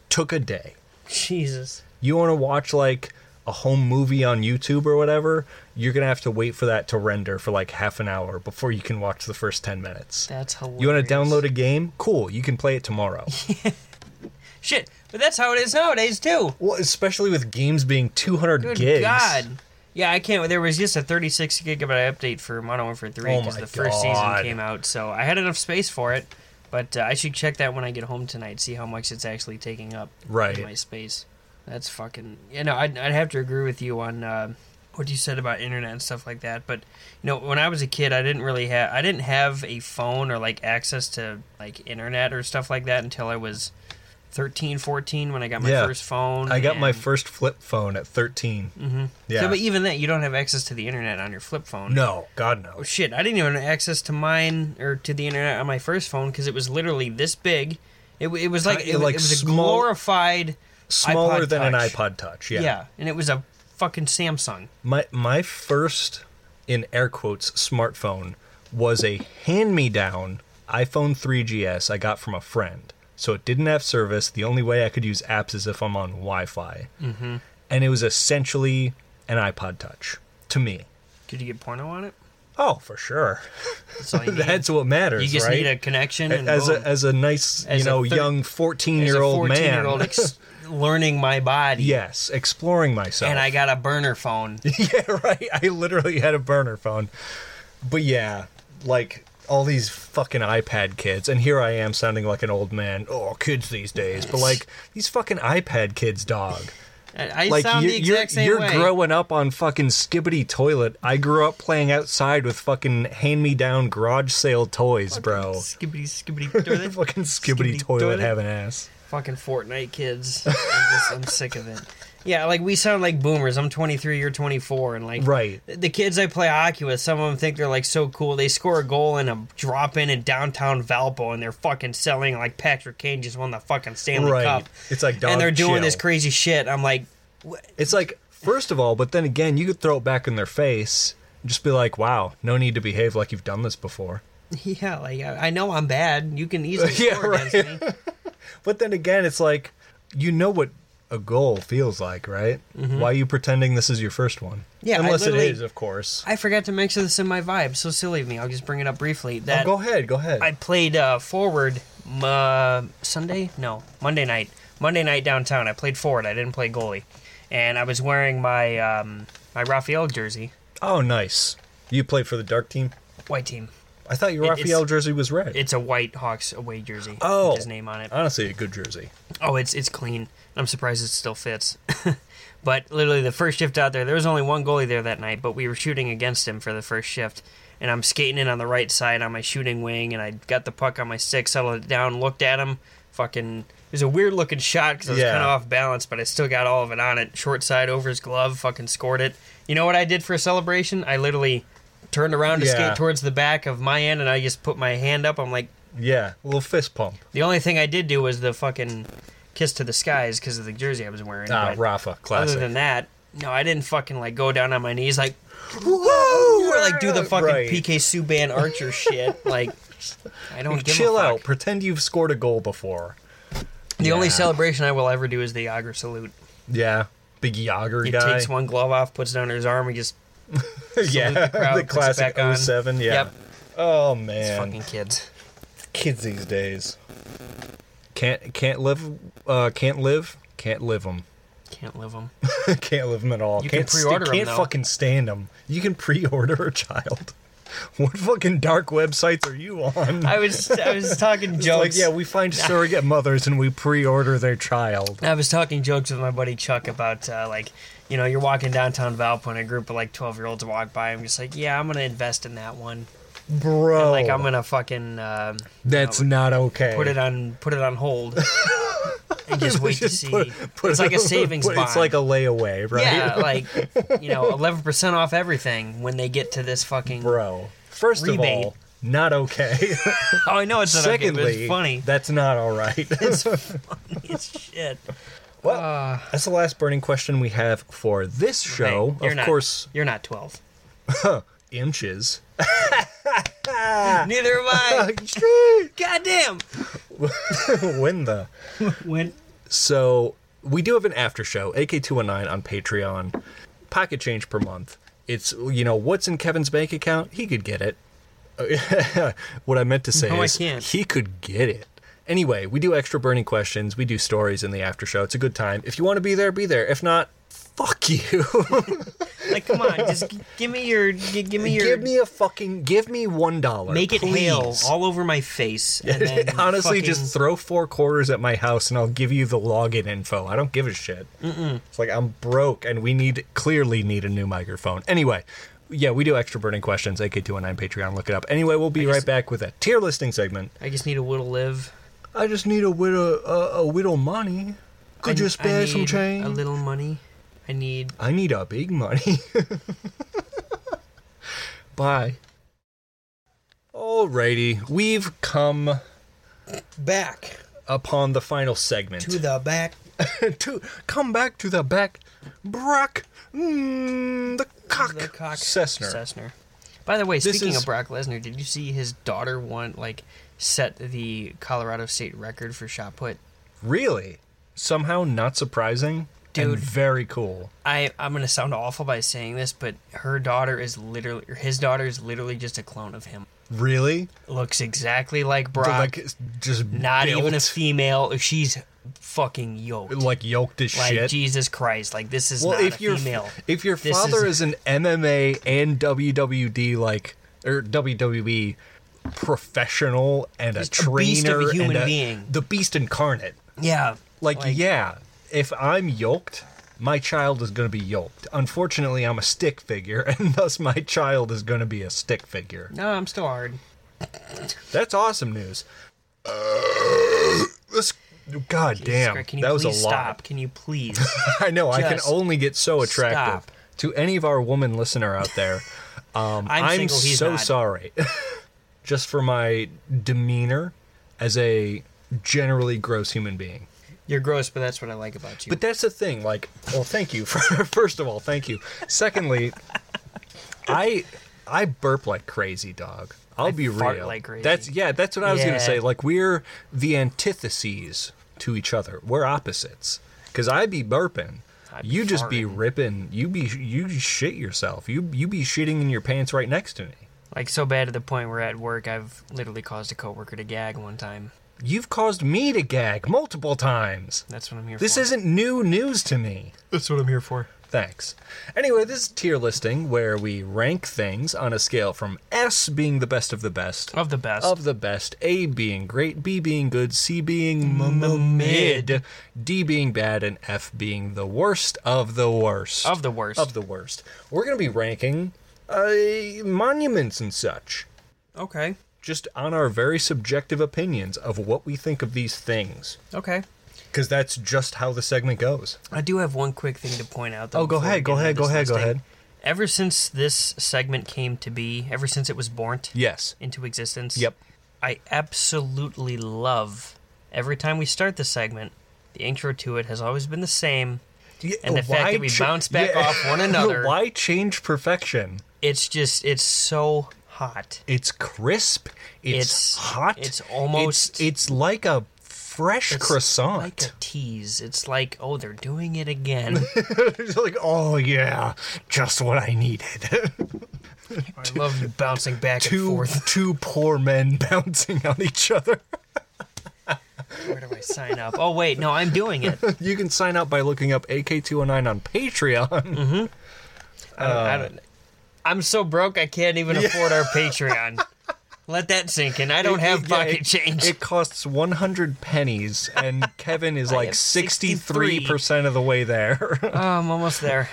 [SPEAKER 1] took a day
[SPEAKER 2] Jesus.
[SPEAKER 1] you want to watch like a home movie on YouTube or whatever you're going to have to wait for that to render for like half an hour before you can watch the first 10 minutes
[SPEAKER 2] That's hilarious.
[SPEAKER 1] you want to download a game? Cool, you can play it tomorrow.
[SPEAKER 2] Shit, but that's how it is nowadays, too.
[SPEAKER 1] well, especially with games being 200
[SPEAKER 2] Good
[SPEAKER 1] gigs.
[SPEAKER 2] God. Yeah, I can't. There was just a 36 gigabyte update for Modern Warfare 3
[SPEAKER 1] Oh
[SPEAKER 2] because
[SPEAKER 1] my
[SPEAKER 2] the first season
[SPEAKER 1] God.
[SPEAKER 2] came out, so I had enough space for it. But uh, I should check that when I get home tonight, see how much it's actually taking up in
[SPEAKER 1] Right.
[SPEAKER 2] my space. That's fucking. You know, I'd, I'd have to agree with you on uh, what you said about internet and stuff like that. But you know, when I was a kid, I didn't really have I didn't have a phone or like access to like internet or stuff like that until I was 13, 14 when I got my
[SPEAKER 1] Yeah.
[SPEAKER 2] first phone.
[SPEAKER 1] I got my
[SPEAKER 2] and-
[SPEAKER 1] first flip phone at 13. Mm-hmm. Yeah.
[SPEAKER 2] so, but even that, you don't have access to the internet on your flip phone.
[SPEAKER 1] no, God no.
[SPEAKER 2] Oh, shit, I didn't even have access to mine or to the internet on my first phone because it was literally this big. It, w- it was like,
[SPEAKER 1] Ti-
[SPEAKER 2] it, w-
[SPEAKER 1] like
[SPEAKER 2] it was
[SPEAKER 1] small-
[SPEAKER 2] a glorified
[SPEAKER 1] Smaller
[SPEAKER 2] iPod
[SPEAKER 1] than an
[SPEAKER 2] Touch.
[SPEAKER 1] iPod Touch.
[SPEAKER 2] Yeah.
[SPEAKER 1] Yeah.
[SPEAKER 2] and it was a fucking Samsung.
[SPEAKER 1] My my first in air quotes smartphone was a hand-me-down iPhone 3GS I got from a friend. So it didn't have service. The only way I could use apps is if I'm on Wi-Fi. Mm-hmm. And it was essentially an iPod Touch to me.
[SPEAKER 2] Could you get porno on it?
[SPEAKER 1] Oh, for sure.
[SPEAKER 2] That's all you need.
[SPEAKER 1] That's what matters,
[SPEAKER 2] you just
[SPEAKER 1] right?
[SPEAKER 2] need a connection and
[SPEAKER 1] as
[SPEAKER 2] boom.
[SPEAKER 1] a as a nice,
[SPEAKER 2] As
[SPEAKER 1] you
[SPEAKER 2] a
[SPEAKER 1] know,
[SPEAKER 2] thir-
[SPEAKER 1] young
[SPEAKER 2] As a
[SPEAKER 1] fourteen-year-old man.
[SPEAKER 2] year-old ex- learning my body.
[SPEAKER 1] yes, exploring myself.
[SPEAKER 2] And I got a burner phone.
[SPEAKER 1] yeah, right. I literally had a burner phone. But yeah, like all these fucking iPad kids, and here I am sounding like an old man. Oh, kids these days, but like these fucking iPad kids, dog.
[SPEAKER 2] I I
[SPEAKER 1] Like
[SPEAKER 2] sound
[SPEAKER 1] you're
[SPEAKER 2] the
[SPEAKER 1] you're,
[SPEAKER 2] exact same
[SPEAKER 1] you're
[SPEAKER 2] way.
[SPEAKER 1] growing up on fucking skibbity toilet. I grew up playing outside with fucking hand-me-down garage sale toys, bro.
[SPEAKER 2] Skibbity, skibbity. do they-
[SPEAKER 1] fucking skibbity,
[SPEAKER 2] Skibbity
[SPEAKER 1] toilet,
[SPEAKER 2] toilet.
[SPEAKER 1] have an ass.
[SPEAKER 2] fucking Fortnite kids. I'm, just, I'm sick of it. Yeah, like we sound like boomers. I'm 23, you're 24, and like
[SPEAKER 1] Right.
[SPEAKER 2] th- the kids I play hockey with, some of them think they're like so cool. They score a goal in a drop in in downtown Valpo, and they're fucking selling like Patrick Kane just won the fucking Stanley
[SPEAKER 1] Right.
[SPEAKER 2] Cup.
[SPEAKER 1] It's like, dog,
[SPEAKER 2] and they're doing
[SPEAKER 1] chill.
[SPEAKER 2] this crazy shit. I'm like,
[SPEAKER 1] It's like, first of all, but then again, you could throw it back in their face and just be like, wow, no need to behave like you've done this before.
[SPEAKER 2] yeah, like I I know I'm bad. You can easily
[SPEAKER 1] Yeah,
[SPEAKER 2] score
[SPEAKER 1] right.
[SPEAKER 2] against me.
[SPEAKER 1] But then again, it's like, you know what a goal feels like, right? Why are you pretending this is your first one?
[SPEAKER 2] Mm-hmm. Yeah, I
[SPEAKER 1] Unless it
[SPEAKER 2] literally-
[SPEAKER 1] is, of course.
[SPEAKER 2] I forgot to mention this in my vibe. So silly of me. I'll just bring it up briefly. That
[SPEAKER 1] Oh, go ahead, go ahead.
[SPEAKER 2] I played uh, forward m- uh, Sunday, no Monday night. Monday night downtown. I played forward. I didn't play goalie, and I was wearing my um, my Raphael jersey,
[SPEAKER 1] oh, nice. You played for the dark team?
[SPEAKER 2] white team.
[SPEAKER 1] I thought your
[SPEAKER 2] It- it's-
[SPEAKER 1] Raphael jersey was red.
[SPEAKER 2] It's a white Hawks away jersey.
[SPEAKER 1] Oh.
[SPEAKER 2] with his name on it.
[SPEAKER 1] Honestly, a good jersey.
[SPEAKER 2] Oh, it's it's clean. I'm surprised it still fits. but literally the first shift out there, there was only one goalie there that night, but we were shooting against him for the first shift. And I'm skating in on the right side on my shooting wing, and I got the puck on my stick, settled it down, looked at him. Fucking, it was a weird looking shot because I was
[SPEAKER 1] Yeah.
[SPEAKER 2] kind of off balance, but I still got all of it on it. Short side over his glove, fucking scored it. You know what I did for a celebration? I literally turned around to
[SPEAKER 1] Yeah.
[SPEAKER 2] skate towards the back of my end, and I just put my hand up. I'm like,
[SPEAKER 1] Yeah, a little fist pump.
[SPEAKER 2] the only thing I did do was the fucking kiss to the skies because of the jersey I was wearing.
[SPEAKER 1] Ah,
[SPEAKER 2] but
[SPEAKER 1] Rafa,
[SPEAKER 2] other
[SPEAKER 1] classic.
[SPEAKER 2] than that, no, I didn't fucking like go down on my knees like
[SPEAKER 1] Whoa!
[SPEAKER 2] or like do the fucking
[SPEAKER 1] Right.
[SPEAKER 2] PK Subban Archer shit. Like I don't give
[SPEAKER 1] Chill
[SPEAKER 2] a fuck.
[SPEAKER 1] out. Pretend you've scored a goal before.
[SPEAKER 2] The only
[SPEAKER 1] Yeah.
[SPEAKER 2] celebration I will ever do is the Yager salute.
[SPEAKER 1] Yeah, big Yager
[SPEAKER 2] He
[SPEAKER 1] guy.
[SPEAKER 2] takes one glove off, puts it under his arm, he just
[SPEAKER 1] yeah,
[SPEAKER 2] the crowd, puts it
[SPEAKER 1] classic
[SPEAKER 2] back on.
[SPEAKER 1] 07, Yeah.
[SPEAKER 2] Yep.
[SPEAKER 1] Oh man,
[SPEAKER 2] fucking kids.
[SPEAKER 1] kids these days can't can't live uh, can't live can't live them.
[SPEAKER 2] Can't live them.
[SPEAKER 1] can't live them at all.
[SPEAKER 2] You can
[SPEAKER 1] can't sta-
[SPEAKER 2] pre-order 'em,
[SPEAKER 1] Can't
[SPEAKER 2] though.
[SPEAKER 1] fucking stand them. You can pre-order a child. What fucking dark websites are you on?
[SPEAKER 2] I was I was talking
[SPEAKER 1] It's like,
[SPEAKER 2] jokes.
[SPEAKER 1] yeah, we find surrogate mothers and we pre-order their child.
[SPEAKER 2] I was talking jokes with my buddy Chuck about uh, like, you know, you're walking downtown Valpo and a group of like 12 year olds walk by. I'm just like, yeah, I'm gonna invest in that one.
[SPEAKER 1] Bro,
[SPEAKER 2] Like I'm gonna fucking um
[SPEAKER 1] that's not okay.
[SPEAKER 2] put it on put it on hold and just wait to
[SPEAKER 1] Just
[SPEAKER 2] see.
[SPEAKER 1] put- put
[SPEAKER 2] it's
[SPEAKER 1] it
[SPEAKER 2] like a
[SPEAKER 1] on-
[SPEAKER 2] savings
[SPEAKER 1] put-
[SPEAKER 2] bond.
[SPEAKER 1] It's like a layaway, right?
[SPEAKER 2] yeah, like you know, 11 percent off everything when they get to this fucking.
[SPEAKER 1] Bro, first
[SPEAKER 2] Rebate.
[SPEAKER 1] of all, not okay.
[SPEAKER 2] Oh, I know it's not
[SPEAKER 1] Secondly,
[SPEAKER 2] okay, but it's funny.
[SPEAKER 1] that's not all right.
[SPEAKER 2] It's funny as shit.
[SPEAKER 1] well,
[SPEAKER 2] Uh,
[SPEAKER 1] that's the last burning question we have for this show.
[SPEAKER 2] hey, you're
[SPEAKER 1] of
[SPEAKER 2] not-
[SPEAKER 1] course,
[SPEAKER 2] you're not 12.
[SPEAKER 1] inches.
[SPEAKER 2] Neither am I. Goddamn.
[SPEAKER 1] when the
[SPEAKER 2] When
[SPEAKER 1] So we do have an after show, AK219 on Patreon. Pocket change per month. It's you know what's in Kevin's bank account. He could get it. what I meant to say
[SPEAKER 2] No, I
[SPEAKER 1] is
[SPEAKER 2] can't.
[SPEAKER 1] he could get it. Anyway, we do extra burning questions. We do stories in the after show. It's a good time. If you want to be there, be there. If not, fuck you.
[SPEAKER 2] like come on, just g- give me your g- give me your
[SPEAKER 1] give me a fucking give me one dollar.
[SPEAKER 2] make it
[SPEAKER 1] please.
[SPEAKER 2] hail all over my face. And then
[SPEAKER 1] Honestly,
[SPEAKER 2] fucking-
[SPEAKER 1] just throw four quarters at my house and I'll give you the login info. I don't give a shit. It's like I'm broke and we need clearly need a new microphone. Anyway, yeah, we do extra burning questions. AK219 oh Patreon, look it up. Anyway, we'll be right back with a tier listing segment.
[SPEAKER 2] I just need a will to live.
[SPEAKER 1] I just need a widow a, a widow money. Could
[SPEAKER 2] I-
[SPEAKER 1] you
[SPEAKER 2] I
[SPEAKER 1] spare some
[SPEAKER 2] need
[SPEAKER 1] change?
[SPEAKER 2] A little money. I need
[SPEAKER 1] I need a big money. Bye. Alrighty, we've come
[SPEAKER 2] back
[SPEAKER 1] upon the final segment.
[SPEAKER 2] the back.
[SPEAKER 1] to come back to the back, Brock, mm, the cock,
[SPEAKER 2] The cock
[SPEAKER 1] Cessner.
[SPEAKER 2] Cessner. By the way,
[SPEAKER 1] This
[SPEAKER 2] speaking
[SPEAKER 1] is-
[SPEAKER 2] of Brock Lesnar, did you see his daughter won like set the Colorado state record for shot put?
[SPEAKER 1] Really, somehow not surprising, and
[SPEAKER 2] Dude.
[SPEAKER 1] very cool.
[SPEAKER 2] I I'm gonna sound awful by saying this, but her daughter is literally or his daughter is literally just a clone of him.
[SPEAKER 1] Really,
[SPEAKER 2] Looks exactly like Brock.
[SPEAKER 1] like it's just
[SPEAKER 2] not
[SPEAKER 1] built,
[SPEAKER 2] even a female. She's fucking yoked. Like,
[SPEAKER 1] like yoked as shit.
[SPEAKER 2] Jesus Christ! Like this is
[SPEAKER 1] well,
[SPEAKER 2] not
[SPEAKER 1] if
[SPEAKER 2] a
[SPEAKER 1] your
[SPEAKER 2] female.
[SPEAKER 1] if your
[SPEAKER 2] This
[SPEAKER 1] father is...
[SPEAKER 2] is-
[SPEAKER 1] an MMA and WWD like er, or WWE E professional and a
[SPEAKER 2] Just a
[SPEAKER 1] trainer
[SPEAKER 2] beast of a human
[SPEAKER 1] and
[SPEAKER 2] being.
[SPEAKER 1] the beast incarnate.
[SPEAKER 2] yeah,
[SPEAKER 1] Like, yeah, if I'm yoked, my child is going to be yoked. Unfortunately, I'm a stick figure, and thus my child is going to be a stick figure.
[SPEAKER 2] No, I'm still hard.
[SPEAKER 1] That's awesome news. This, God damn,
[SPEAKER 2] Christ, can you
[SPEAKER 1] that was
[SPEAKER 2] please
[SPEAKER 1] a lot.
[SPEAKER 2] stop? Can you please?
[SPEAKER 1] I know I can
[SPEAKER 2] Just
[SPEAKER 1] only get so attractive
[SPEAKER 2] stop.
[SPEAKER 1] to any of our woman listener out there. Um,
[SPEAKER 2] I'm single, he's
[SPEAKER 1] so
[SPEAKER 2] not.
[SPEAKER 1] sorry, just for my demeanor as a generally gross human being.
[SPEAKER 2] You're gross, but that's what I like about you.
[SPEAKER 1] But that's the thing. Like, well, thank you. For, first of all, thank you. Secondly, I I burp like crazy, dog. I'll be
[SPEAKER 2] fart
[SPEAKER 1] real.
[SPEAKER 2] like crazy.
[SPEAKER 1] That's yeah. That's what I was gonna
[SPEAKER 2] Yeah.
[SPEAKER 1] say. Like we're the antitheses to each other. We're opposites. Cause I be burping.
[SPEAKER 2] I be
[SPEAKER 1] You just be
[SPEAKER 2] farting.
[SPEAKER 1] ripping. You be you shit yourself. You you be shitting in your pants right next to me.
[SPEAKER 2] like so bad to the point where at work I've literally caused a coworker to gag one time.
[SPEAKER 1] You've caused me to gag multiple times.
[SPEAKER 2] That's what I'm here
[SPEAKER 1] This
[SPEAKER 2] for.
[SPEAKER 1] isn't new news to me.
[SPEAKER 2] that's what I'm here for.
[SPEAKER 1] Thanks. Anyway, this is tier listing where we rank things on a scale from S being the best of the best,
[SPEAKER 2] Of the best.
[SPEAKER 1] of the best, A being great, B being good, C being m- m- mid, D being bad, and F being the worst of the worst.
[SPEAKER 2] Of the worst.
[SPEAKER 1] Of the worst. We're going to be ranking uh, monuments and such,
[SPEAKER 2] okay.
[SPEAKER 1] just on our very subjective opinions of what we think of these things.
[SPEAKER 2] Okay.
[SPEAKER 1] Because that's just how the segment goes.
[SPEAKER 2] I do have one quick thing to point out. Though,
[SPEAKER 1] Oh, go
[SPEAKER 2] before we
[SPEAKER 1] ahead, go
[SPEAKER 2] get into
[SPEAKER 1] ahead, go
[SPEAKER 2] this
[SPEAKER 1] ahead, go
[SPEAKER 2] listing.
[SPEAKER 1] ahead.
[SPEAKER 2] Ever since this segment came to be, ever since it was born
[SPEAKER 1] Yes.
[SPEAKER 2] into existence,
[SPEAKER 1] Yep.
[SPEAKER 2] I absolutely love every time we start the segment. The intro to it has always been the same.
[SPEAKER 1] Yeah,
[SPEAKER 2] And the fact
[SPEAKER 1] why
[SPEAKER 2] that we
[SPEAKER 1] cha-
[SPEAKER 2] bounce back off one another.
[SPEAKER 1] why change perfection?
[SPEAKER 2] It's just it's so hot.
[SPEAKER 1] It's crisp. It's,
[SPEAKER 2] It's-
[SPEAKER 1] hot.
[SPEAKER 2] it's almost-
[SPEAKER 1] It's, it's like a fresh croissant.
[SPEAKER 2] like a tease. It's like, oh, they're doing it again.
[SPEAKER 1] It's like, oh yeah, just what I needed.
[SPEAKER 2] I love bouncing back and
[SPEAKER 1] two
[SPEAKER 2] forth.
[SPEAKER 1] two poor men bouncing on each other.
[SPEAKER 2] Where do I sign up? Oh wait, no, I'm doing it. I
[SPEAKER 1] You can sign up by looking up AK209 on Patreon.
[SPEAKER 2] don't, I don't, I'm so broke I can't even afford our Patreon. Let that sink in. I don't have
[SPEAKER 1] It- yeah,
[SPEAKER 2] pocket
[SPEAKER 1] it-
[SPEAKER 2] change.
[SPEAKER 1] It costs 100 pennies, and Kevin is like
[SPEAKER 2] am 63.
[SPEAKER 1] 63% of the way there.
[SPEAKER 2] oh, I'm almost there.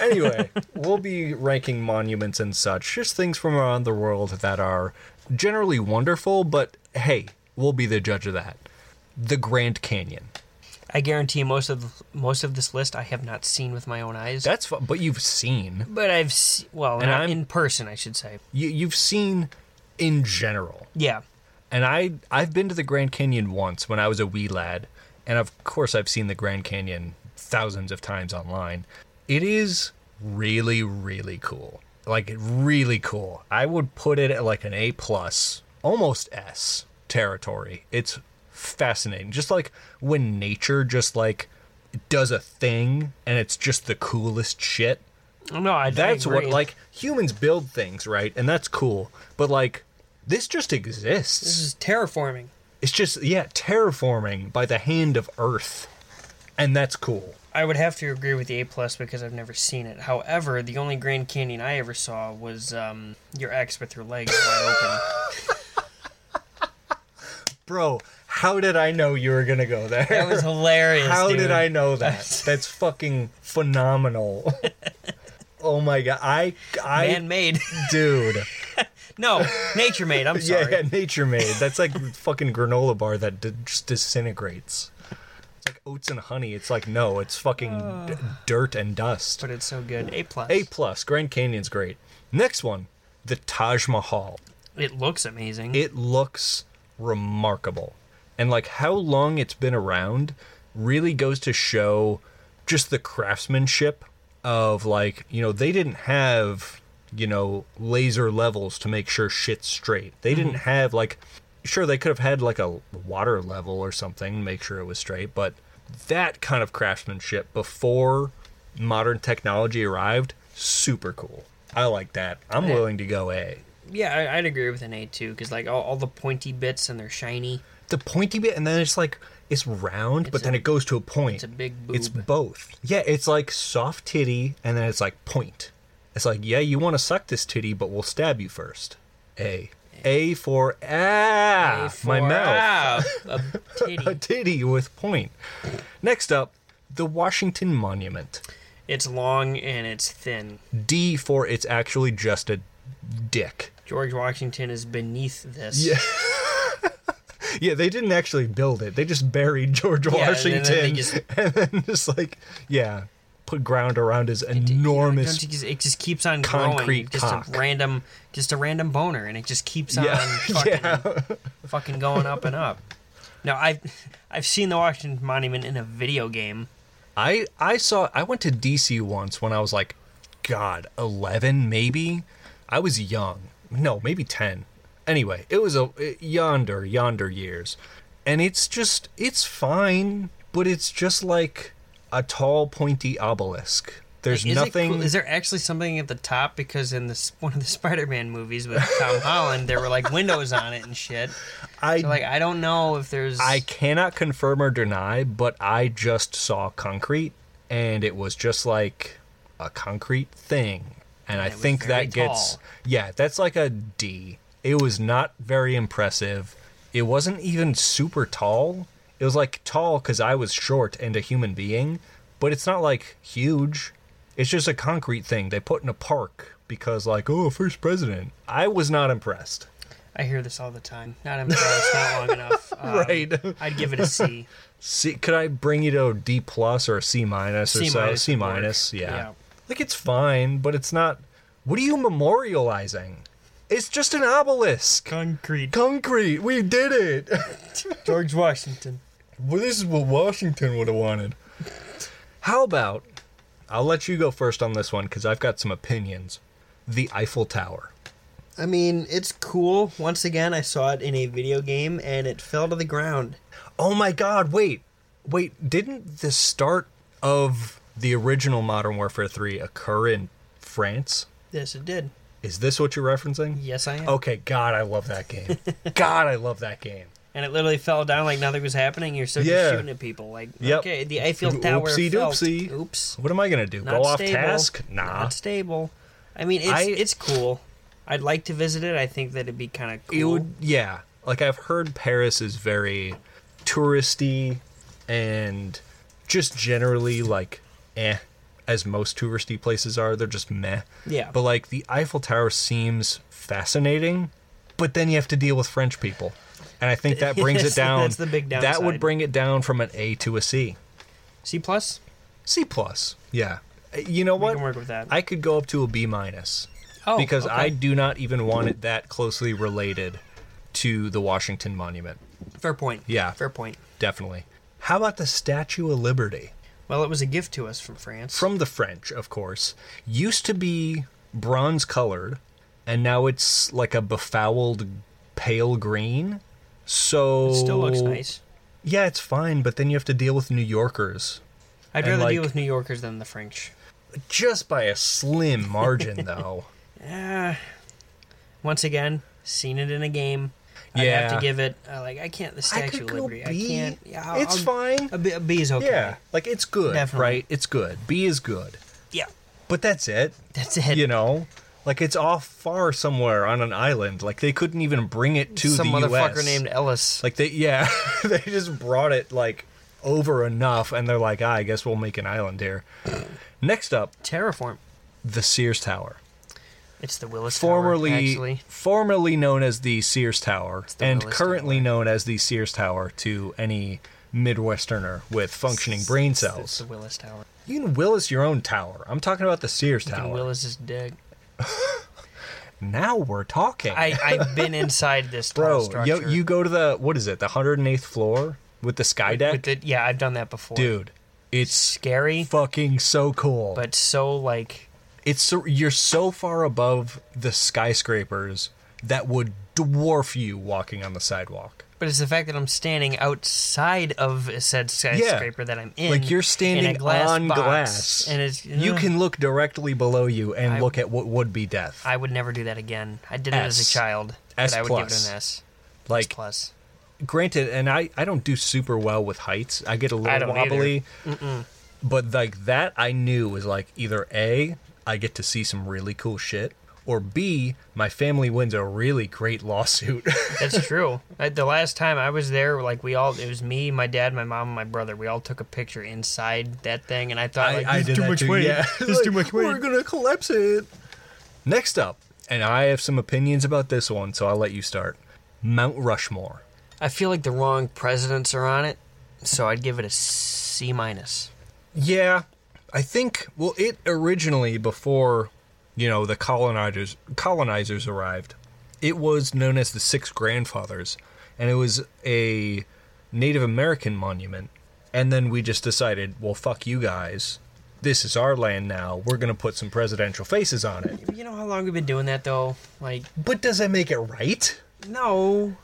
[SPEAKER 1] anyway, we'll be ranking monuments and such, just things from around the world that are generally wonderful, but hey, we'll be the judge of that. The Grand Canyon.
[SPEAKER 2] I guarantee most of most of this list I have not seen with my own eyes.
[SPEAKER 1] That's fu- but you've seen
[SPEAKER 2] but I've se- well,
[SPEAKER 1] And
[SPEAKER 2] not
[SPEAKER 1] I'm-
[SPEAKER 2] in person, I should say.
[SPEAKER 1] you, you've seen in general.
[SPEAKER 2] Yeah,
[SPEAKER 1] And I I've been to the Grand Canyon once when I was a wee lad, and of course I've seen the Grand Canyon thousands of times online. It is really really cool. Like really cool. I would put it at like an A plus, almost S territory. It's fascinating. Just like when nature just like does a thing and it's just the coolest shit.
[SPEAKER 2] no, I. I
[SPEAKER 1] That's what
[SPEAKER 2] agree.
[SPEAKER 1] like humans build things, right? And that's cool. But like this just exists.
[SPEAKER 2] this is terraforming.
[SPEAKER 1] It's just yeah, terraforming by the hand of Earth, and that's cool.
[SPEAKER 2] I would have to agree with the A plus because I've never seen it. However, the only Grand Canyon I ever saw was um, your ex with her legs wide open.
[SPEAKER 1] Bro, how did I know you were gonna go there?
[SPEAKER 2] That was hilarious.
[SPEAKER 1] how
[SPEAKER 2] dude.
[SPEAKER 1] did I know that? That's fucking phenomenal. oh my god, I I
[SPEAKER 2] Man made.
[SPEAKER 1] dude,
[SPEAKER 2] no, nature made. I'm
[SPEAKER 1] yeah,
[SPEAKER 2] sorry.
[SPEAKER 1] yeah, nature made. That's like fucking granola bar that d- just disintegrates. It's like oats and honey. It's like no, it's fucking d- dirt and dust.
[SPEAKER 2] But it's so good. A plus.
[SPEAKER 1] A plus. Grand Canyon's great. Next one, the Taj Mahal.
[SPEAKER 2] It looks amazing.
[SPEAKER 1] it looks remarkable. And like how long it's been around really goes to show just the craftsmanship of like, you know, they didn't have, you know, laser levels to make sure shit's straight. They didn't have like sure they could have had like a water level or something, make sure it was straight, but that kind of craftsmanship before modern technology arrived, super cool. I like that. I'm willing to go A.
[SPEAKER 2] yeah, I, I'd agree with an A too because like all, all the pointy bits and they're shiny.
[SPEAKER 1] the pointy bit, and then it's like it's round, but then
[SPEAKER 2] a-
[SPEAKER 1] it goes to a point.
[SPEAKER 2] It's a big boob.
[SPEAKER 1] It's both. Yeah, it's like soft titty, and then it's like point. It's like yeah, you want to suck this titty, but we'll stab you first. A. A for ah,
[SPEAKER 2] A
[SPEAKER 1] my mouth.
[SPEAKER 2] for- ah, a
[SPEAKER 1] A
[SPEAKER 2] titty.
[SPEAKER 1] titty with point. Next up, the Washington Monument.
[SPEAKER 2] it's long and it's thin.
[SPEAKER 1] D for it's actually just a dick.
[SPEAKER 2] George Washington is beneath this.
[SPEAKER 1] Yeah, Yeah, they didn't actually build it. They just buried George
[SPEAKER 2] Yeah, and then they
[SPEAKER 1] Washington and then,
[SPEAKER 2] just-
[SPEAKER 1] just... like yeah, put ground around his
[SPEAKER 2] Don't
[SPEAKER 1] enormous
[SPEAKER 2] you just- it just keeps on growing.
[SPEAKER 1] Concrete
[SPEAKER 2] Just
[SPEAKER 1] cock.
[SPEAKER 2] a random, just a random boner, and it just keeps on
[SPEAKER 1] Yeah,
[SPEAKER 2] fucking, fucking going up and up. Now I've I've seen the Washington Monument in a video game.
[SPEAKER 1] I I saw I went to DC once when I was like god, 11 maybe. I was young. No, maybe 10. Anyway, it was a it- yonder yonder years. And it's just it's fine, but it's just like a tall pointy obelisk. There's
[SPEAKER 2] Is it
[SPEAKER 1] nothing
[SPEAKER 2] cool- is there actually something at the top? Because in this one of the Spider-Man movies with Tom Holland, there were like windows on it and shit.
[SPEAKER 1] I
[SPEAKER 2] So like I don't know if there's.
[SPEAKER 1] I cannot confirm or deny, but I just saw concrete and it was just like a concrete thing. And I
[SPEAKER 2] was
[SPEAKER 1] think
[SPEAKER 2] very
[SPEAKER 1] that gets
[SPEAKER 2] tall.
[SPEAKER 1] yeah, that's like a D. It was not very impressive. It wasn't even super tall. It was like tall cuz I was short and a human being, but it's not like huge. It's just a concrete thing they put in a park because like, oh, first president. I was not impressed.
[SPEAKER 2] I hear this all the time. Not impressed. not long enough. Um,
[SPEAKER 1] Right.
[SPEAKER 2] I'd give it a C.
[SPEAKER 1] C, could I bring you to a D plus or a C minus or
[SPEAKER 2] C
[SPEAKER 1] so?
[SPEAKER 2] minus
[SPEAKER 1] C
[SPEAKER 2] would work.
[SPEAKER 1] minus, yeah.
[SPEAKER 2] Yeah.
[SPEAKER 1] Like it's fine, but it's not. What are you memorializing? It's just an obelisk.
[SPEAKER 2] Concrete.
[SPEAKER 1] Concrete. We did it.
[SPEAKER 2] George Washington.
[SPEAKER 1] well, this is what Washington would have wanted. How about? I'll let you go first on this one because I've got some opinions. The Eiffel Tower.
[SPEAKER 2] I mean, it's cool. Once again, I saw it in a video game and it fell to the ground.
[SPEAKER 1] Oh my god, wait. Wait, didn't the start of the original Modern Warfare 3 occur in France?
[SPEAKER 2] Yes, it did.
[SPEAKER 1] Is this what you're referencing?
[SPEAKER 2] Yes, I am.
[SPEAKER 1] Okay, god, I love that game. god, I love that game.
[SPEAKER 2] And it literally fell down like nothing was happening. You're still
[SPEAKER 1] Yeah.
[SPEAKER 2] just shooting at people. Like,
[SPEAKER 1] Yep.
[SPEAKER 2] okay, the Eiffel Tower
[SPEAKER 1] Oopsie
[SPEAKER 2] fell.
[SPEAKER 1] doopsie.
[SPEAKER 2] Oops.
[SPEAKER 1] What am I going to do?
[SPEAKER 2] Not
[SPEAKER 1] Go off
[SPEAKER 2] stable.
[SPEAKER 1] task? Nah.
[SPEAKER 2] Not stable. I mean, it's,
[SPEAKER 1] I-
[SPEAKER 2] it's cool. I'd like to visit it. I think that it'd be kind of cool.
[SPEAKER 1] It would, yeah. Like I've heard Paris is very touristy and just generally like eh, as most touristy places are. They're just meh.
[SPEAKER 2] Yeah.
[SPEAKER 1] But like the Eiffel Tower seems fascinating, but then you have to deal with French people. And I think that brings
[SPEAKER 2] Yes,
[SPEAKER 1] it down.
[SPEAKER 2] that's the big
[SPEAKER 1] That
[SPEAKER 2] downside.
[SPEAKER 1] would bring it down from an A to a C.
[SPEAKER 2] C plus.
[SPEAKER 1] C plus. Yeah. Uh, You know
[SPEAKER 2] We
[SPEAKER 1] what?
[SPEAKER 2] can work with that.
[SPEAKER 1] I could go up to a B minus
[SPEAKER 2] oh,
[SPEAKER 1] because
[SPEAKER 2] okay.
[SPEAKER 1] I do not even want it that closely related to the Washington Monument.
[SPEAKER 2] fair point.
[SPEAKER 1] Yeah.
[SPEAKER 2] fair point.
[SPEAKER 1] Definitely. How about the Statue of Liberty?
[SPEAKER 2] Well, it was a gift to us from France.
[SPEAKER 1] From the French, of course. Used to be bronze colored, and now it's like a befouled pale green. So.
[SPEAKER 2] It still looks nice.
[SPEAKER 1] Yeah, it's fine, but then you have to deal with New Yorkers.
[SPEAKER 2] I'd
[SPEAKER 1] and,
[SPEAKER 2] rather deal
[SPEAKER 1] like-
[SPEAKER 2] with New Yorkers than the French.
[SPEAKER 1] Just by a slim margin, though.
[SPEAKER 2] Uh, once again, seen it in a game. I have
[SPEAKER 1] Yeah.
[SPEAKER 2] to give it uh, like I can't the
[SPEAKER 1] I
[SPEAKER 2] Statue
[SPEAKER 1] could
[SPEAKER 2] of
[SPEAKER 1] go
[SPEAKER 2] Liberty. I
[SPEAKER 1] B.
[SPEAKER 2] can't. Yeah, I'll-
[SPEAKER 1] it's
[SPEAKER 2] I'll-
[SPEAKER 1] fine.
[SPEAKER 2] A B, a B is okay.
[SPEAKER 1] Yeah, like it's good,
[SPEAKER 2] Definitely.
[SPEAKER 1] right? It's good. B is good,
[SPEAKER 2] Yeah.
[SPEAKER 1] but that's it.
[SPEAKER 2] That's it.
[SPEAKER 1] You know, like it's off far somewhere on an island. Like they couldn't even bring it to
[SPEAKER 2] Some
[SPEAKER 1] the
[SPEAKER 2] motherfucker
[SPEAKER 1] U.S.
[SPEAKER 2] named Ellis.
[SPEAKER 1] like they, yeah, they just brought it like over enough, and they're like, ah, I guess we'll make an island here. Next up,
[SPEAKER 2] Terraform.
[SPEAKER 1] the Sears Tower,
[SPEAKER 2] It's the Willis Tower,
[SPEAKER 1] formerly
[SPEAKER 2] actually.
[SPEAKER 1] formerly known as the Sears Tower,
[SPEAKER 2] the
[SPEAKER 1] and
[SPEAKER 2] Willis
[SPEAKER 1] currently known as the Sears Tower to any Midwesterner with functioning brain
[SPEAKER 2] It's-
[SPEAKER 1] cells.
[SPEAKER 2] It's the Willis Tower.
[SPEAKER 1] You can Willis your own tower. I'm talking about the Sears
[SPEAKER 2] And
[SPEAKER 1] Tower.
[SPEAKER 2] Willis is dead.
[SPEAKER 1] now we're talking.
[SPEAKER 2] I I've been inside this tall
[SPEAKER 1] Bro,
[SPEAKER 2] structure.
[SPEAKER 1] yo, you go to the what is it? The 108th floor with the sky deck,
[SPEAKER 2] With the, yeah, I've done that before.
[SPEAKER 1] dude. It's
[SPEAKER 2] scary,
[SPEAKER 1] fucking so cool.
[SPEAKER 2] but so like
[SPEAKER 1] it's so, you're so far above the skyscrapers that would dwarf you walking on the sidewalk.
[SPEAKER 2] But it's the fact that I'm standing outside of said skyscraper that I'm in.
[SPEAKER 1] Like you're
[SPEAKER 2] in
[SPEAKER 1] standing
[SPEAKER 2] a glass
[SPEAKER 1] on
[SPEAKER 2] box,
[SPEAKER 1] glass,
[SPEAKER 2] and it's
[SPEAKER 1] you
[SPEAKER 2] ugh.
[SPEAKER 1] can look directly below you and look at what would be death.
[SPEAKER 2] I would never do that again. I did it as
[SPEAKER 1] S.
[SPEAKER 2] a child.
[SPEAKER 1] S
[SPEAKER 2] but I would give
[SPEAKER 1] plus.
[SPEAKER 2] it an S.
[SPEAKER 1] like
[SPEAKER 2] Plus,
[SPEAKER 1] granted, and I, I don't do super well with heights. I get a
[SPEAKER 2] I
[SPEAKER 1] little
[SPEAKER 2] don't either.
[SPEAKER 1] wobbly. But like that, I knew was like either a I get to see some really cool shit, or b my family wins a really great lawsuit.
[SPEAKER 2] that's true. I, the last time I was there, like we all, it was me, my dad, my mom, and my brother. We all took a picture inside that thing, and I thought, like,
[SPEAKER 1] I, I
[SPEAKER 2] "This
[SPEAKER 1] did
[SPEAKER 2] is too
[SPEAKER 1] that
[SPEAKER 2] much
[SPEAKER 1] too.
[SPEAKER 2] weight.
[SPEAKER 1] Yeah,
[SPEAKER 2] This is too
[SPEAKER 1] Like,
[SPEAKER 2] much weight.
[SPEAKER 1] We're gonna collapse it. Next up, and I have some opinions about this one, so I'll let you start. Mount Rushmore.
[SPEAKER 2] I feel like the wrong presidents are on it, so I'd give it a C minus.
[SPEAKER 1] Yeah, I think. Well, it originally before you know the colonizers colonizers arrived, it was known as the Six Grandfathers, and it was a Native American monument. And then we just decided, well, fuck you guys. This is our land now. We're gonna put some presidential faces on it.
[SPEAKER 2] You know how long we've been doing that though? Like,
[SPEAKER 1] But does that make it right?
[SPEAKER 2] no.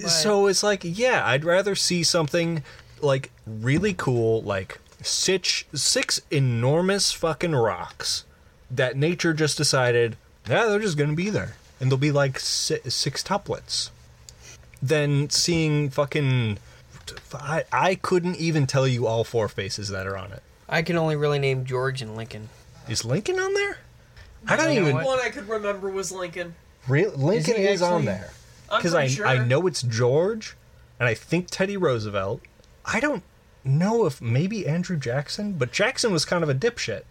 [SPEAKER 2] but-
[SPEAKER 1] So it's like, yeah, I'd rather see something like really cool, like six six enormous fucking rocks that nature just decided, yeah, they're just gonna be there, and they'll be like six, six tuplets. Than seeing fucking, I I couldn't even tell you all four faces that are on it.
[SPEAKER 2] I can only really name George and Lincoln.
[SPEAKER 1] Is Lincoln on there? I don't
[SPEAKER 2] You know
[SPEAKER 1] even.
[SPEAKER 2] what?
[SPEAKER 3] one I could remember was Lincoln.
[SPEAKER 1] Re- Lincoln
[SPEAKER 2] he
[SPEAKER 1] is, on
[SPEAKER 2] actually-
[SPEAKER 1] there
[SPEAKER 3] I'm
[SPEAKER 1] because
[SPEAKER 3] pretty
[SPEAKER 1] I
[SPEAKER 3] sure.
[SPEAKER 1] I know it's George, and I think Teddy Roosevelt. I don't know if maybe Andrew Jackson, but Jackson was kind of a dipshit.